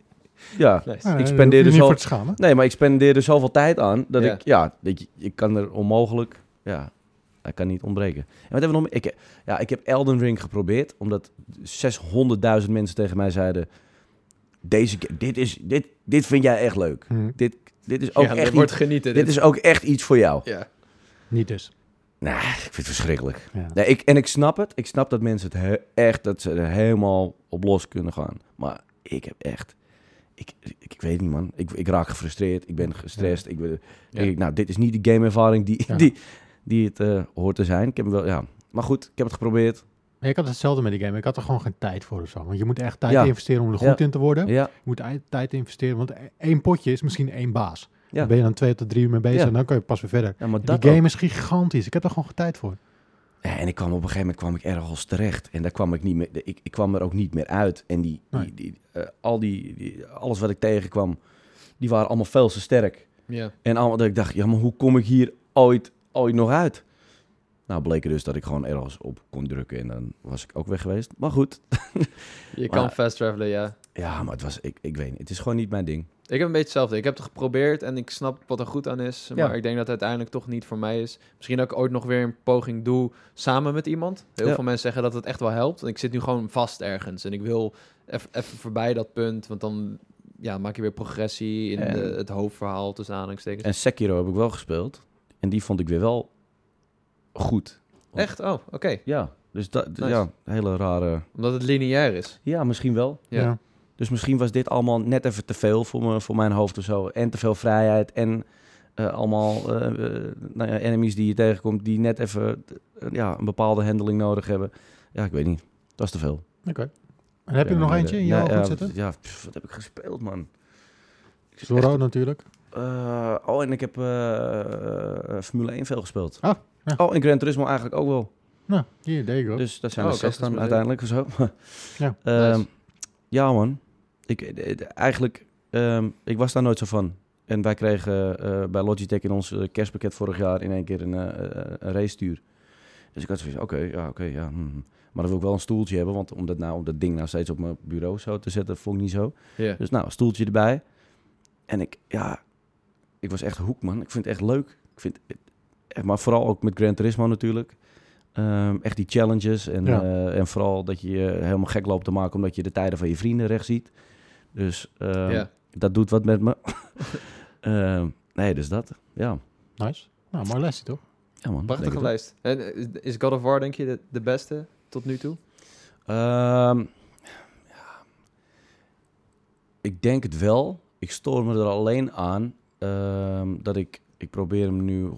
S3: ja.
S2: Nice.
S1: Ja, eh,
S3: ik spendeer
S1: hoef je
S3: dus
S1: niet
S3: al-
S1: voor te schamen.
S3: Nee, maar ik spendeer er zoveel tijd aan dat
S2: Ja.
S3: ik, ja, dat je, ik kan er onmogelijk, ja, hij kan niet ontbreken. En wat hebben we nog meer? Ik, ja, ik heb Elden Ring geprobeerd, omdat 600.000 mensen tegen mij zeiden, deze, ke- dit, is, dit, dit vind jij echt leuk.
S1: Hm,
S3: Dit, dit is ook
S2: Ja,
S3: echt
S2: dit
S3: iets-
S2: wordt genieten.
S3: dit is ook echt iets voor jou.
S2: Ja.
S1: niet dus.
S3: Nou, ik vind het verschrikkelijk.
S1: Ja.
S3: Nee, ik, en ik snap het. Ik snap dat mensen het he- echt, dat ze er helemaal op los kunnen gaan. Maar ik heb echt, ik, ik, ik weet niet man. Ik, ik raak gefrustreerd. Ik ben gestrest. Ik ben, denk ik, nou, dit is niet de gameervaring die,
S1: Ja.
S3: die, die het eh, hoort te zijn. Ik heb hem wel, ja. Maar goed, ik heb het geprobeerd.
S1: Maar ik had hetzelfde met die game. Ik had er gewoon geen tijd voor of zo. Want je moet echt tijd
S3: Ja.
S1: investeren om er goed
S3: Ja.
S1: in te worden.
S3: Ja,
S1: Je moet ei- tijd investeren, want e- één potje is misschien één baas.
S3: Ja.
S1: Dan ben je dan twee tot drie uur mee bezig
S3: Ja.
S1: en dan kan je pas weer verder.
S3: ja maar
S1: Die
S3: dat
S1: game
S3: ook.
S1: is gigantisch. Ik heb er gewoon geen tijd voor.
S3: Ja, En ik kwam op een gegeven moment kwam ik ergens terecht. En daar kwam ik, niet meer, ik, ik kwam er ook niet meer uit. En die,
S1: Nee.
S3: die, die, eh, al die, die, alles wat ik tegenkwam, die waren allemaal veel te sterk.
S2: Ja.
S3: En allemaal dat ik dacht, ja, maar hoe kom ik hier ooit, ooit nog uit? Nou, bleek er dus dat ik gewoon ergens op kon drukken en dan was ik ook weg geweest. Maar goed.
S2: Je
S3: Maar-
S2: kan fast travelen, ja.
S3: Ja, maar het was, ik, ik weet niet, het is gewoon niet mijn ding.
S2: Ik heb een beetje hetzelfde. Ik heb het geprobeerd en ik snap wat er goed aan is.
S3: Ja.
S2: Maar ik denk dat het uiteindelijk toch niet voor mij is. Misschien dat ik ooit nog weer een poging doe samen met iemand. Heel
S3: Ja.
S2: veel mensen zeggen dat het echt wel helpt. En ik zit nu gewoon vast ergens. En ik wil eff- even voorbij dat punt. Want dan ja, maak je weer progressie in
S3: En-
S2: de- het hoofdverhaal tussen aanhalingstekens.
S3: En Sekiro heb ik wel gespeeld en die vond ik weer wel goed.
S2: Echt? Oh, oké.
S3: Ja, dus dat,
S2: Nice.
S3: ja, hele rare...
S2: Omdat het lineair is.
S3: Ja, misschien wel.
S2: Ja.
S3: Dus misschien was dit allemaal net even te veel voor, me, voor mijn hoofd of zo. En te veel vrijheid en eh, allemaal eh, eh, nou ja, enemies die je tegenkomt... die net even eh, ja, een bepaalde handeling nodig hebben. Ja, ik weet niet. Dat is te veel.
S1: Oké. En heb je er nog eentje in je
S3: jou
S1: ogen zitten?
S3: Ja, pff, wat heb ik gespeeld, man? Ik zit
S1: Zorro
S3: echt-
S1: natuurlijk.
S3: Eh, oh, en ik heb eh, eh, Formule 1 veel gespeeld.
S1: Ah, ja.
S3: Oh, en Gran Turismo eigenlijk ook wel.
S1: Nou, hier, there you go.
S3: Dus dat zijn
S2: Oh,
S3: er
S2: ik had
S3: zes dan
S2: Formule
S3: uiteindelijk of zo. (laughs)
S1: Ja.
S3: Ehm,
S2: Nice.
S3: ja, man. Ik, eh, eh, eigenlijk, ehm, ik was daar nooit zo van. En wij kregen eh, bij Logitech in ons eh, kerstpakket vorig jaar in één keer een, eh, eh, een race stuur. Dus ik had zoiets oké, ja, oké, ja. hm, hm. Maar dan wil ik wel een stoeltje hebben, want om dat, nou, om dat ding nou steeds op mijn bureau zo te zetten, vond ik niet zo.
S2: Ja.
S3: Dus nou, een stoeltje erbij. En ik, ja, ik was echt hoek, man. Ik vind het echt leuk. Ik vind het, echt, maar vooral ook met Gran Turismo natuurlijk. Ehm, echt die challenges en,
S1: Ja.
S3: eh, en vooral dat je je helemaal gek loopt te maken omdat je de tijden van je vrienden recht ziet. Dus ehm,
S2: Ja.
S3: dat doet wat met me. (laughs) Ehm, nee, dus dat. Ja,
S1: Nice. Nou, mooi lesje toch?
S3: ja man. denk
S2: Prachtige
S3: het wel.
S2: lijst. En eh, is God of War, denk je, de, de beste tot nu toe?
S3: Ehm, ja. Ik denk het wel. Ik stoor me er alleen aan ehm, dat ik... Ik probeer hem nu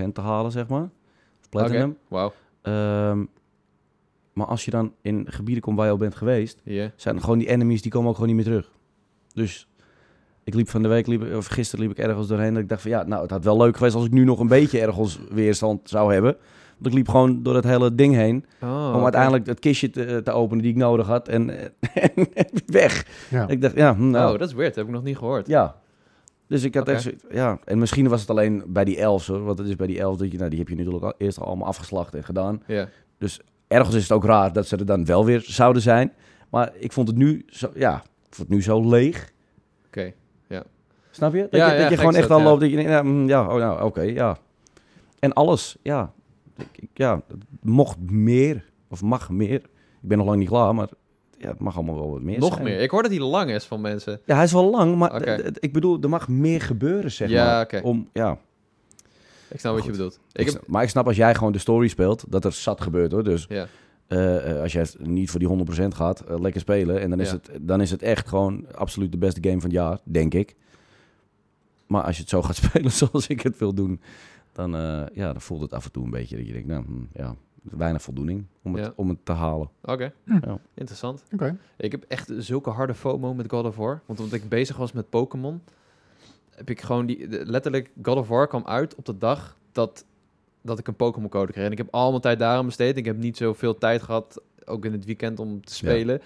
S3: 100% te halen, zeg maar. Of platinum.
S2: Oké. Wauw.
S3: Ehm, maar als je dan in gebieden komt waar je al bent geweest...
S2: Ja.
S3: zijn er gewoon die enemies, die komen ook gewoon niet meer terug. Dus ik liep van de week, liep, of gisteren liep ik ergens doorheen... dat ik dacht van ja, nou, het had wel leuk geweest als ik nu nog een beetje ergens weerstand zou hebben. Want ik liep gewoon door het hele ding heen.
S2: Oh,
S3: om
S2: oké.
S3: uiteindelijk het kistje te, te openen die ik nodig had. En, (laughs) en weg.
S1: Ja.
S3: Ik dacht, ja, hm, nou,
S2: Oh, dat is weird. heb ik nog niet gehoord.
S3: Ja. Dus ik had
S2: Oké.
S3: echt zoiets- ja. En misschien was het alleen bij die elfs, hoor. Want het is bij die elf dat je, nou, die heb je natuurlijk al, eerst al allemaal afgeslacht en gedaan.
S2: Ja.
S3: Ergens is het ook raar dat ze er dan wel weer zouden zijn. Maar ik vond het nu zo, ja, ik vond het nu zo leeg.
S2: Oké.
S3: Snap je? Dat
S2: Ja,
S3: je,
S2: ja,
S3: dat je
S2: gek
S3: gewoon
S2: is
S3: echt
S2: dat,
S3: al
S2: ja.
S3: loopt. Dat je denkt, ja, mm, ja, oh, nou, oké, ja. En alles, ja. Ik, ik- ja, het mocht meer. Of mag meer. Ik ben nog lang niet klaar, maar ja, het mag allemaal wel wat meer
S2: Nog
S3: zijn.
S2: meer. Ik hoor dat hij lang is van mensen.
S3: Ja, hij is wel lang, maar
S2: Oké.
S3: d- d- ik bedoel, er mag meer gebeuren, zeg
S2: Ja,
S3: maar.
S2: oké.
S3: Om, ja,
S2: Ik snap wat je
S3: Goed.
S2: bedoelt.
S3: Ik
S2: Ik heb...
S3: snap- maar ik snap als jij gewoon de story speelt, dat er zat gebeurt hoor. Dus
S2: Ja.
S3: eh, eh, als jij het niet voor die 100% gaat, eh, lekker spelen. En dan is,
S2: Ja.
S3: het, dan is het echt gewoon absoluut de beste game van het jaar, denk ik. Maar als je het zo gaat (laughs) spelen zoals ik het wil doen, dan, eh, ja, dan voelt het af en toe een beetje dat je denkt, nou hm, ja, weinig voldoening om het,
S2: Ja.
S3: om het te halen.
S2: Oké.
S3: Ja.
S2: Interessant.
S1: Oké.
S2: Ik heb echt zulke harde FOMO met God of War. Want omdat ik bezig was met Pokémon, heb ik gewoon die... de- Letterlijk, God of War kwam uit op de dag dat, dat ik een Pokémon code kreeg. En ik heb al mijn tijd daaraan besteed. Ik heb niet zoveel tijd gehad, ook in het weekend, om te spelen.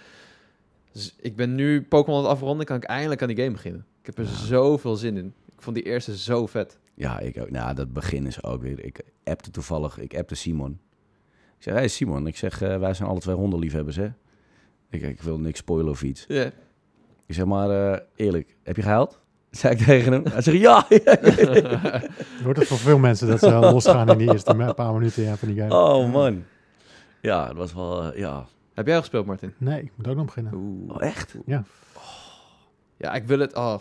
S2: Dus ik ben nu Pokémon aan het afronden, kan ik eindelijk aan die game beginnen. Ik heb er zoveel zin in. Ik vond die eerste zo vet.
S3: Ja, ik ook. Nou, dat begin is ook weer. Ik appte toevallig, ik appte Simon. Ik zeg, hey Simon, ik zeg, eh, wij zijn alle twee hondenliefhebbers hè. Ik, ik wil niks spoilen of iets.
S2: Ja.
S3: Ik zeg maar eh, eerlijk, heb je gehuild? (laughs) Zei ik tegen hem. Hij zegt ja. ja, ja, ja.
S1: Je hoort het voor veel mensen
S3: (laughs)
S1: dat ze eh, losgaan in die eerste me- paar minuten ja, van die game.
S3: Oh man. Ja, het was wel. eh, ja.
S2: Heb jij al gespeeld, Martin?
S1: Nee, ik moet ook nog beginnen.
S2: Oeh.
S3: Oh, echt?
S2: Ja, ik wil het. Oh,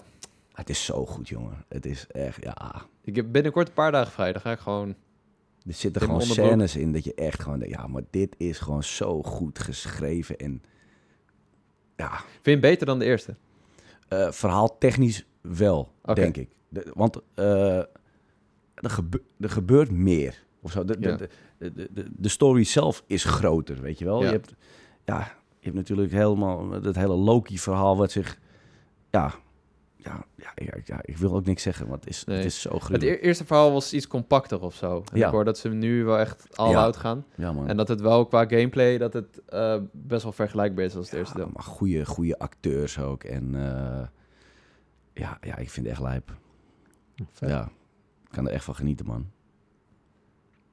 S3: Het is zo goed, jongen. Het is echt. Ja.
S2: ik heb binnenkort een paar dagen vrij. Dan ga ik gewoon.
S3: Er zitten
S2: Tim
S3: gewoon
S2: Onderbroek.
S3: scènes in dat je echt gewoon. denkt, Ja, maar dit is gewoon zo goed geschreven en. Ja.
S2: Vind je hem beter dan de eerste?
S3: eh verhaal technisch wel,
S2: Oké.
S3: denk ik. De- want eh, er, gebe- er gebeurt meer. Of zo. De, de-
S2: Ja.
S3: de, de, de, de story zelf is groter, weet je wel.
S2: Ja.
S3: Je, hebt, ja, je hebt natuurlijk helemaal dat hele Loki-verhaal wat zich... Ja, ja, ja, ja, ja, ik wil ook niks zeggen, want het is,
S2: Nee.
S3: het is zo
S2: Het
S3: gruwelijk.
S2: e- eerste verhaal was iets compacter of zo. En
S3: Ja.
S2: Ik hoor dat ze nu wel echt all
S3: Ja.
S2: out gaan.
S3: Ja, man.
S2: En dat het wel qua gameplay dat het eh, best wel vergelijkbaar is als het eerste
S3: Ja,
S2: deel.
S3: maar goede, goede acteurs ook. En eh, ja, ja, ik vind het echt lijp.
S1: Vet.
S3: Ja, ik kan er echt van genieten, man.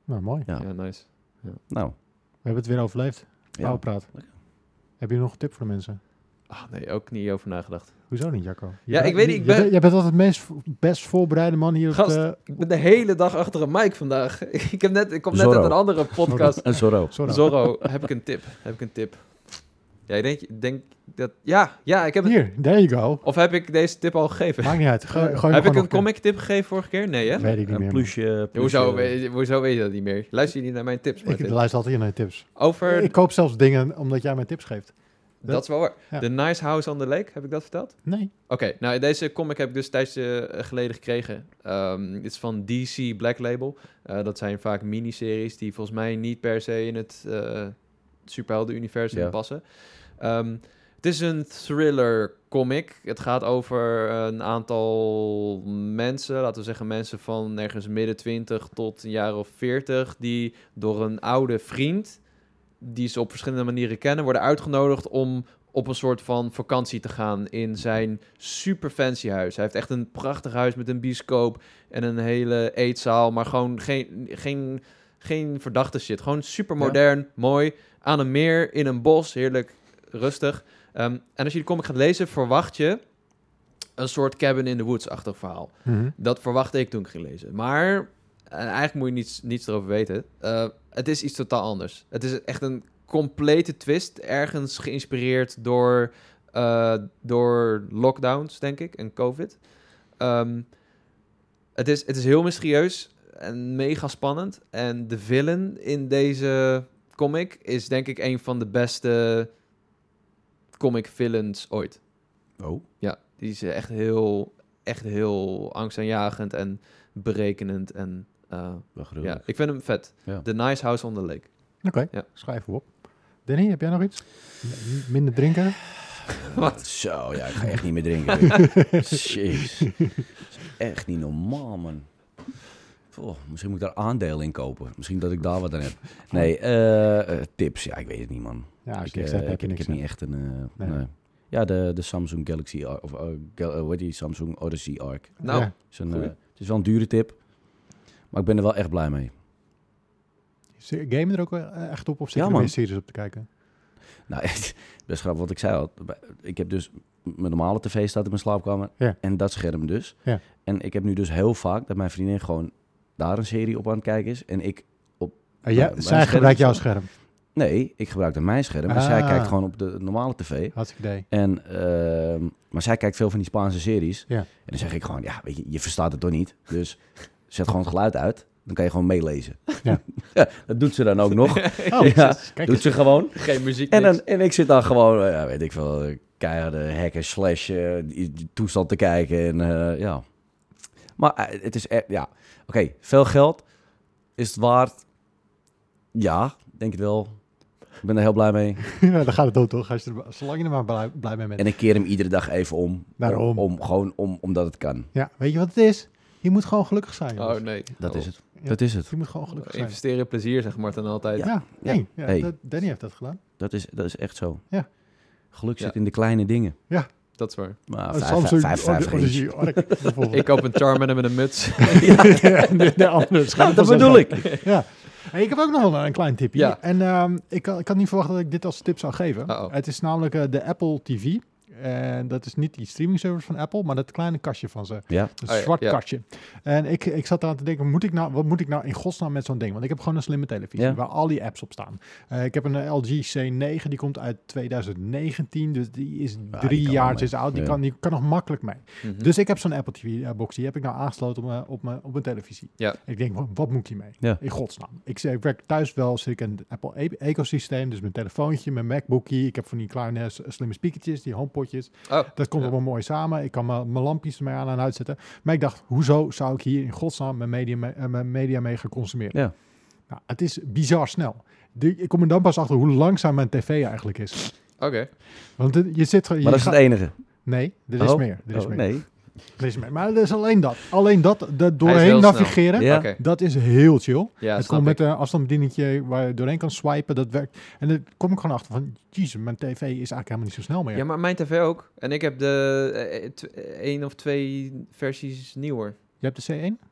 S1: Nou, mooi.
S2: Ja,
S3: Ja.
S2: nice.
S3: Nou,
S1: We hebben het weer overleefd.
S3: ja.
S1: Pauwpraat. Heb je nog een tip voor de mensen?
S2: Ah nee, ook niet over nagedacht.
S1: Hoezo niet, Jacco? Je
S2: Ja,
S1: bent-
S2: ik weet niet,
S1: je-
S2: ik
S1: je
S2: ben-
S1: bent- Jij bent altijd het meest, best voorbereide man hier
S2: Gast.
S1: op eh, de...
S2: Ik ben de hele dag achter een mic vandaag. (laughs) ik, heb net, ik kom net
S3: Zorro.
S2: uit een andere podcast.
S3: En Zorro.
S1: Sorry.
S2: Zorro, heb ik een tip? Heb ik een tip? Jij denkt denk dat... Ja, ja, ik heb een...
S1: Hier, there you
S2: (laughs)
S1: go.
S2: Of heb ik deze tip al gegeven?
S1: Maakt niet uit. Gooi- gooi hem
S2: heb
S1: gewoon
S2: ik
S1: nog
S2: een comic tip gegeven vorige keer? Nee, hè?
S1: keer. Weet ik niet
S3: Een
S1: meer.
S3: plusje. plusje-
S2: Ja, hoezo, weet, hoezo weet je dat niet meer? Luister je niet naar mijn tips,
S1: man. Dus, eh, (laughs) Ik
S2: Martin?
S1: luister altijd naar je tips.
S2: Over,
S1: (laughs) Ik koop zelfs dingen omdat jij mij tips geeft.
S2: dat is wel waar.
S1: Ja.
S2: The Nice House on the Lake, heb ik dat verteld?
S1: Nee.
S2: Oké, nou deze comic heb ik dus tijdens geleden gekregen. Ehm, Dit is van DC Black Label. Eh, dat zijn vaak miniseries die volgens mij niet per se in het eh superhelden-universum
S3: Ja.
S2: passen. Ehm, het is een thriller comic. Het gaat over eh, een aantal mensen, laten we zeggen mensen van ergens midden 20 tot een jaar of 40, die door een oude vriend, die ze op verschillende manieren kennen, worden uitgenodigd om op een soort van vakantie te gaan in zijn super fancy huis. Hij heeft echt een prachtig huis met een bioscoop en een hele eetzaal, maar gewoon geen, geen, geen verdachte shit. Gewoon super modern, mooi, aan een meer, in een bos, heerlijk rustig. Ehm, en als je die comic gaat lezen, verwacht je een soort Cabin in the Woods-achtig verhaal.
S1: Mhm.
S2: Dat verwachtte ik toen ik ging lezen. Maar eh, eigenlijk moet je niets, niets erover weten. Eh, het is iets totaal anders. Het is echt een complete twist. Ergens geïnspireerd door, eh, door lockdowns, denk ik, en COVID. Ehm, het, is, het is heel mysterieus en mega spannend. En de villain in deze comic is denk ik een van de beste comic villains ooit.
S3: Oh,
S2: Ja, die is echt heel, echt heel angstaanjagend en berekenend. En eh,
S3: wel
S2: ja,
S3: gruwelijk.
S2: ik vind hem vet.
S3: Ja.
S2: The Nice House on the Lake.
S1: Oké,
S2: Ja.
S1: schrijf hem op. Danny, heb jij nog iets? M- Minder drinken?
S2: Wat?
S3: Zo, ja, ik ga echt niet meer drinken. Rick. Jeez. Dat is echt niet normaal, man. Wat Goh, misschien moet ik daar aandelen in kopen. Misschien dat ik daar wat aan heb. Nee, eh, eh, tips. Ja, ik weet het niet, man.
S1: Ja, als
S3: ik,
S1: je Nou, niks
S3: eh,
S1: hebt, heb
S3: ik,
S1: je
S3: ik
S1: niks.
S3: heb niet echt een... eh,
S1: Nee.
S3: nee. Ja, de, de Samsung Galaxy... Ar- Of, eh, Gal- eh, hoe heet die? Samsung Odyssey Arc.
S1: hè.
S2: Nou, (laughs)
S1: Ja.
S3: Is een,
S2: Goeie.
S3: eh, het is wel een dure tip. Maar ik ben er wel echt blij mee.
S1: Is de game er ook eh, echt op of zit
S3: Ja,
S1: je er
S3: man.
S1: meer series op te kijken? Eh,
S3: Nou, (laughs) best grappig wat ik zei al. Ik heb dus mijn normale tv staat in mijn slaapkamer
S1: Ja.
S3: en dat scherm dus.
S1: Ja.
S3: En ik heb nu dus heel vaak dat mijn vriendin gewoon daar een serie op aan het kijken is en ik
S1: Ah, ja,
S3: Nou,
S1: zij
S3: mijn scherm
S1: gebruikt
S3: is
S1: jouw
S3: wel-
S1: scherm,
S3: nee, ik gebruik dan mijn scherm, maar zij
S1: Ah.
S3: kijkt gewoon op de normale tv.
S1: had ik idee.
S3: En ehm, maar zij kijkt veel van die Spaanse series.
S1: Ja.
S3: En dan zeg ik gewoon, ja, weet je, je verstaat het toch niet, dus zet gewoon het geluid uit. Dan kan je gewoon meelezen. (laughs)
S1: Ja.
S3: dat doet ze dan ook
S1: (laughs)
S3: nog.
S1: Oh,
S3: ja,
S1: kijk
S3: doet ze gewoon.
S2: geen muziek.
S3: En,
S2: niks.
S3: dan, en ik zit daar gewoon, eh, ja, weet ik veel, eh, keiharde hacken slash eh, die- die toestand te kijken. En eh, ja. Maar eh, het is echt, ja. Oké, veel geld. Is het waard? Ja, denk het wel. Ik ben er heel blij mee.
S1: ja, dan gaat het dood toch, als je er, zolang je er maar blij, blij mee bent.
S3: En ik keer hem iedere dag even om.
S1: Daarom.
S3: Om, om- gewoon om, omdat het kan.
S1: Ja, weet je wat het is? Je moet gewoon gelukkig zijn.
S2: Oh
S1: jongens.
S2: nee.
S3: Dat
S2: Oh.
S3: is het. Dat is het.
S1: Je moet gewoon gelukkig zijn.
S2: Investeren in plezier, zegt Martin altijd.
S1: Ja,
S2: Ja,
S3: ja.
S1: nee, ja,
S3: Hey.
S1: dat- Danny heeft dat gedaan.
S3: Dat is, dat is echt zo.
S1: Ja.
S3: Geluk
S2: Ja.
S3: zit in de kleine dingen.
S2: dat is waar.
S3: Maar
S1: Oh,
S3: vijf,
S1: Samsung
S3: vijf, vijf,
S1: Odyssey
S3: geintjes.
S1: Arc, bijvoorbeeld.
S2: Ik koop een Charmander met een muts.
S1: Ja,
S3: (laughs)
S1: de, de andere scherm
S3: Nou, dat
S1: was
S3: bedoel
S1: even-
S3: ik.
S1: Ja. Hey, ik heb ook nog wel een klein tipje.
S2: Ja.
S1: En ehm, ik, kan- ik had niet verwacht dat ik dit als tip zou geven.
S2: Uh-oh.
S1: Het is namelijk eh, de Apple TV. En dat is niet die streaming service van Apple, maar dat kleine kastje van ze.
S3: Ja.
S1: Een
S2: Oh ja,
S1: zwart
S2: ja.
S1: kastje. En ik, ik zat eraan te denken, moet ik nou, wat moet ik nou in godsnaam met zo'n ding? Want ik heb gewoon een slimme televisie
S3: Ja.
S1: waar al die apps op staan. Eh, ik heb een eh, LG C9, die komt uit 2019. Dus die is
S3: die
S1: drie
S3: kan wel
S1: jaar
S3: mee.
S1: is oud. Die,
S3: Ja.
S1: kan, die kan nog makkelijk mee.
S2: Mhm.
S1: Dus ik heb zo'n Apple TV-box. Die heb ik nou aangesloten op mijn, op mijn, op mijn televisie.
S2: Ja.
S1: Ik denk, wat, wat moet ik hiermee?
S3: Ja.
S1: In godsnaam. Ik, zeg, ik werk thuis wel zit ik in het Apple e- ecosysteem. Dus mijn telefoontje, mijn MacBookie. Ik heb van die kleine s- slimme speakertjes, die homepotjes.
S2: Oh,
S1: Dat komt
S2: Ja.
S1: allemaal mooi samen. Ik kan mijn mijn lampjes ermee aan en uitzetten. Maar ik dacht, hoezo zou ik hier in godsnaam mijn media, mee- eh, mijn media mee gaan consumeren?
S3: Ja.
S1: Nou, het is bizar snel. De- ik kom er dan pas achter hoe langzaam mijn tv eigenlijk is.
S2: oké.
S1: Want eh, je zit... gewoon- Je
S3: Maar dat is
S1: gaat-
S3: het enige.
S1: nee, er is
S3: Oh.
S1: meer. Er is
S3: Oh,
S1: meer.
S3: nee.
S1: Er is meer. Maar dat is alleen dat. Alleen dat, dat
S2: heel
S1: doorheen
S2: snel.
S1: navigeren,
S3: Ja.
S2: Oké.
S1: dat is heel chill.
S2: Ja,
S1: het
S2: snap
S1: komt
S2: ik.
S1: met een afstandsbedieningetje waar je doorheen kan swipen, dat werkt. En dan kom ik gewoon achter van, jezus, mijn tv is eigenlijk helemaal niet zo snel meer.
S2: Ja, maar mijn tv ook. En ik heb de eh, eh, tw- eh, één of twee versies nieuwer.
S1: Je hebt de C1?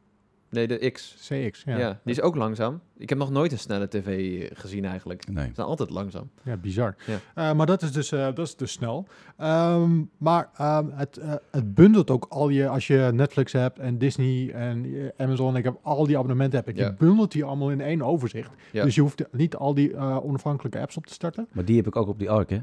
S2: Nee, de X.
S1: CX, ja.
S2: Ja.
S1: Ja,
S2: die is ook langzaam. Ik heb nog nooit een snelle tv eh, gezien eigenlijk. Ze
S3: Nee.
S2: zijn altijd langzaam.
S1: bizar.
S2: Ja.
S1: Eh, maar dat is dus, eh, dat is dus snel. Ehm, maar ehm, het, eh, het bundelt ook al je, als je Netflix hebt en Disney en eh, Amazon, ik heb al die abonnementen heb ik,
S2: Ja.
S1: je bundelt die allemaal in één overzicht.
S2: Ja.
S1: Dus je hoeft niet al die eh, onafhankelijke apps op te starten.
S3: Maar die heb ik ook op die ark, hè?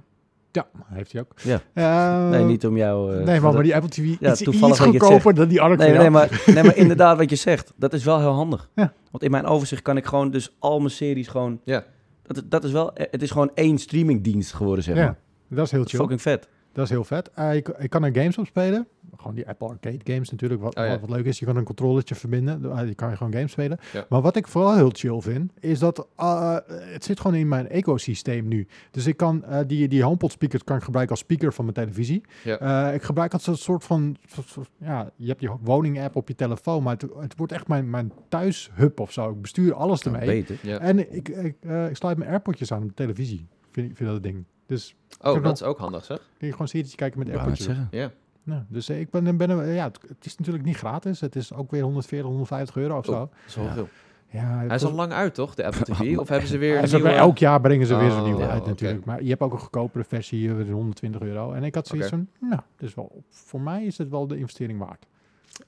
S1: Ja, heeft hij ook.
S3: Ja.
S1: Eh,
S3: Nee, niet om jou... eh,
S1: nee, maar,
S3: dat-
S1: maar die Apple TV
S3: Ja,
S1: is
S3: toevallig
S1: iets
S3: dat je het
S1: goedkoper dan die Arc.
S3: Nee,
S1: voor
S3: nee,
S1: jou.
S3: maar, nee, maar inderdaad wat je zegt. Dat is wel heel handig.
S1: Ja.
S3: Want in mijn overzicht kan ik gewoon dus al mijn series gewoon...
S2: Ja.
S3: Dat, dat is wel... eh, Het is gewoon één streamingdienst geworden, zeg maar.
S1: Ja, dat is heel
S3: Dat is
S1: chill.
S3: fucking vet.
S1: Dat is heel vet. Eh, ik, ik kan er games op spelen. Gewoon die Apple Arcade games natuurlijk. Wat,
S2: Oh, ja.
S1: wat, wat leuk is, je kan een controllertje verbinden. Eh, je kan gewoon games spelen.
S2: Ja.
S1: Maar wat ik vooral heel chill vind, is dat eh, het zit gewoon in mijn ecosysteem nu. Dus ik kan eh, die, die HomePod speaker kan ik gebruiken als speaker van mijn televisie. Eh, ik gebruik het als een soort van, soort- soort- ja, je hebt je woning app op je telefoon, maar het, het wordt echt mijn, mijn thuishub of zo. Ik bestuur alles
S3: Nou,
S1: ermee.
S3: beter.
S2: Ja.
S1: En ik, ik, eh, ik sluit mijn AirPodjes aan op de televisie. Vind, ik- vind dat ding. Dus
S2: Oh,
S1: heb
S2: dat is ook handig zeg.
S1: kun je gewoon serietje kijken met
S3: Ik wou net
S1: AirPodjes.
S3: zeggen.
S2: Ja.
S1: Nou, dus eh, ik ben, ben er- ja, het, het is natuurlijk niet gratis. Het is ook weer 140, 150 euro of
S2: Oh,
S1: zo.
S2: Dat is wel
S3: Ja.
S2: veel.
S1: Ja,
S2: Hij is al lang uit toch, de Apple TV? Of hebben ze weer
S1: (laughs) Ja,
S2: een
S1: ze hebben-
S2: nieuwe...
S1: elk jaar brengen ze weer zo'n
S2: Oh,
S1: nieuwe
S2: ja,
S1: uit
S2: oké.
S1: natuurlijk. Maar je hebt ook een goedkopere versie, eh, 120 euro. En ik had zoiets
S2: Oké.
S1: van, nou, dus wel, voor mij is het wel de investering waard.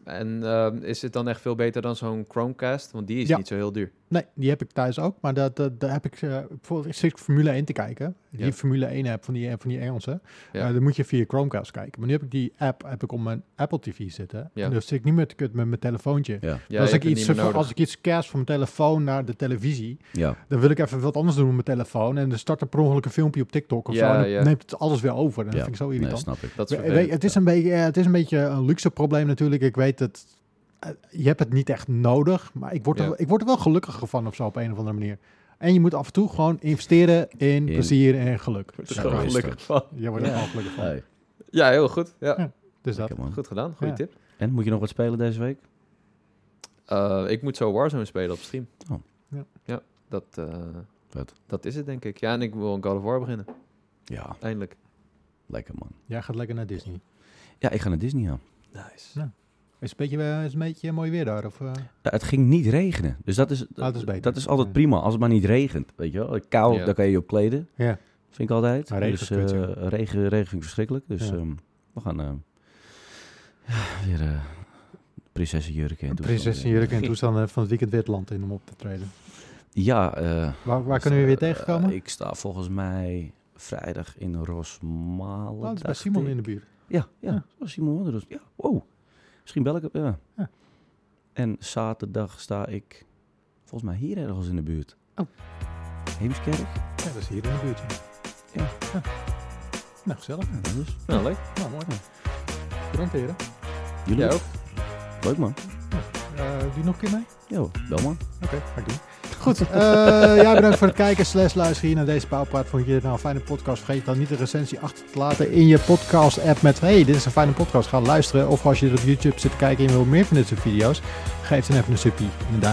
S2: En ehm, is het dan echt veel beter dan zo'n Chromecast? Want die is
S1: Ja.
S2: niet zo heel duur.
S1: Nee, die heb ik thuis ook. Maar dat, dat, daar heb ik eh, bijvoorbeeld ik zit Formule 1 te kijken. Die
S2: Ja.
S1: Formule 1 app van die, van die Engelse.
S2: Ja.
S1: Eh, dan moet je via Chromecast kijken. Maar nu heb ik die app heb ik op mijn Apple TV zitten.
S2: Ja.
S1: En dan zit ik niet meer te kut met mijn telefoontje.
S3: Ja.
S2: Ja,
S1: als,
S2: je
S1: ik
S2: hebt het
S1: iets,
S2: niet meer
S1: van-
S2: nodig.
S1: als ik iets cast van mijn telefoon naar de televisie,
S3: Ja.
S1: dan wil ik even wat anders doen op mijn telefoon. En dan start er per ongeluk een filmpje op TikTok of
S2: Ja,
S1: zo. En dan
S2: ja.
S1: neemt het alles weer over. En dat
S3: Ja.
S1: vind ik zo
S3: Nee,
S1: irritant.
S3: snap ik.
S2: Dat is
S1: We-
S2: vervelend.
S1: weet je, het, is een beetje, eh, het is een beetje een luxe probleem natuurlijk. Ik weet dat eh, je hebt het niet echt nodig, maar ik word,
S2: Ja.
S1: er, ik word er wel gelukkiger van of zo op een of andere manier. En je moet af en toe gewoon investeren in, plezier en geluk.
S2: Wordt
S3: Zo
S2: er gewoon
S3: is
S2: gelukkig van.
S1: Je wordt er
S3: Ja.
S1: wel gelukkig van.
S3: Hey,
S2: Ja, heel goed. Ja,
S1: Ja. Dus dat.
S3: lekker man.
S2: goed gedaan. Goede
S1: Ja.
S2: tip.
S3: En, moet je nog wat spelen deze week?
S2: Eh, ik moet zo Warzone spelen op stream.
S3: Oh.
S1: Ja.
S2: Ja. dat, eh,
S3: Vet.
S2: dat is het denk ik. Ja, en ik wil een God of War beginnen.
S3: Ja,
S2: Eindelijk.
S3: lekker man.
S1: Jij gaat lekker naar Disney.
S3: Ja, ik ga naar Disney aan.
S2: Nice.
S1: Is het een beetje, eh, is het een beetje mooi weer daar? Of, eh?
S3: Ja, het ging niet regenen. Dus dat is,
S1: Oh, dat is beter.
S3: altijd
S1: Ja.
S3: prima. Als het maar niet regent. Weet je wel. Kou,
S2: Ja.
S3: daar kan je je op kleden.
S1: Ja.
S3: Vind ik altijd.
S1: Maar regen is
S3: dus
S1: kut,
S3: eh,
S1: ja.
S3: regen, regen vind ik verschrikkelijk. Dus
S1: Ja.
S3: ehm, we gaan eh, ja, weer eh (sighs) prinsessenjurk in.
S1: Prinsessenjurk en toestanden van het weekend Witland in om op te
S3: (laughs)
S1: treden.
S3: Ja. eh,
S1: Waar, waar
S3: dus,
S1: kunnen we je weer
S3: eh,
S1: tegenkomen?
S3: eh, ik sta volgens mij vrijdag in Rosmalen.
S1: oh, dat is bij
S3: dacht
S1: Simon
S3: ik.
S1: in de buurt.
S3: Ja,
S1: Ja.
S3: ja. zoals Simon Wonderos. Ja, wow. Misschien bel ik hem. Ja.
S1: Ja.
S3: En zaterdag sta ik volgens mij hier ergens in de buurt.
S1: Oh.
S3: Heemskerk.
S1: Ja, dat is hier in de buurt. ja.
S3: Ja.
S1: Ja. Nou, gezellig.
S3: Ja, dat is.
S2: Nou, leuk.
S1: Nou, mooi. Bedankt, heren.
S3: Jullie
S2: Jij
S3: ook?
S2: ook?
S3: Leuk man.
S1: Eh, doe je nog een keer mee?
S3: Ja, hoor. bel man.
S1: Oké, ga ik doen. Goed, (laughs) eh, jij bedankt voor het kijken slash luisteren hier naar deze Pauwpraat. Vond je dit nou een fijne podcast? Vergeet dan niet de recensie achter te laten in je podcast app met... hey, dit is een fijne podcast, ga luisteren. Of als je dit op YouTube zit te kijken en je wil meer van dit soort video's... geef dan even een suppie en een duimpje.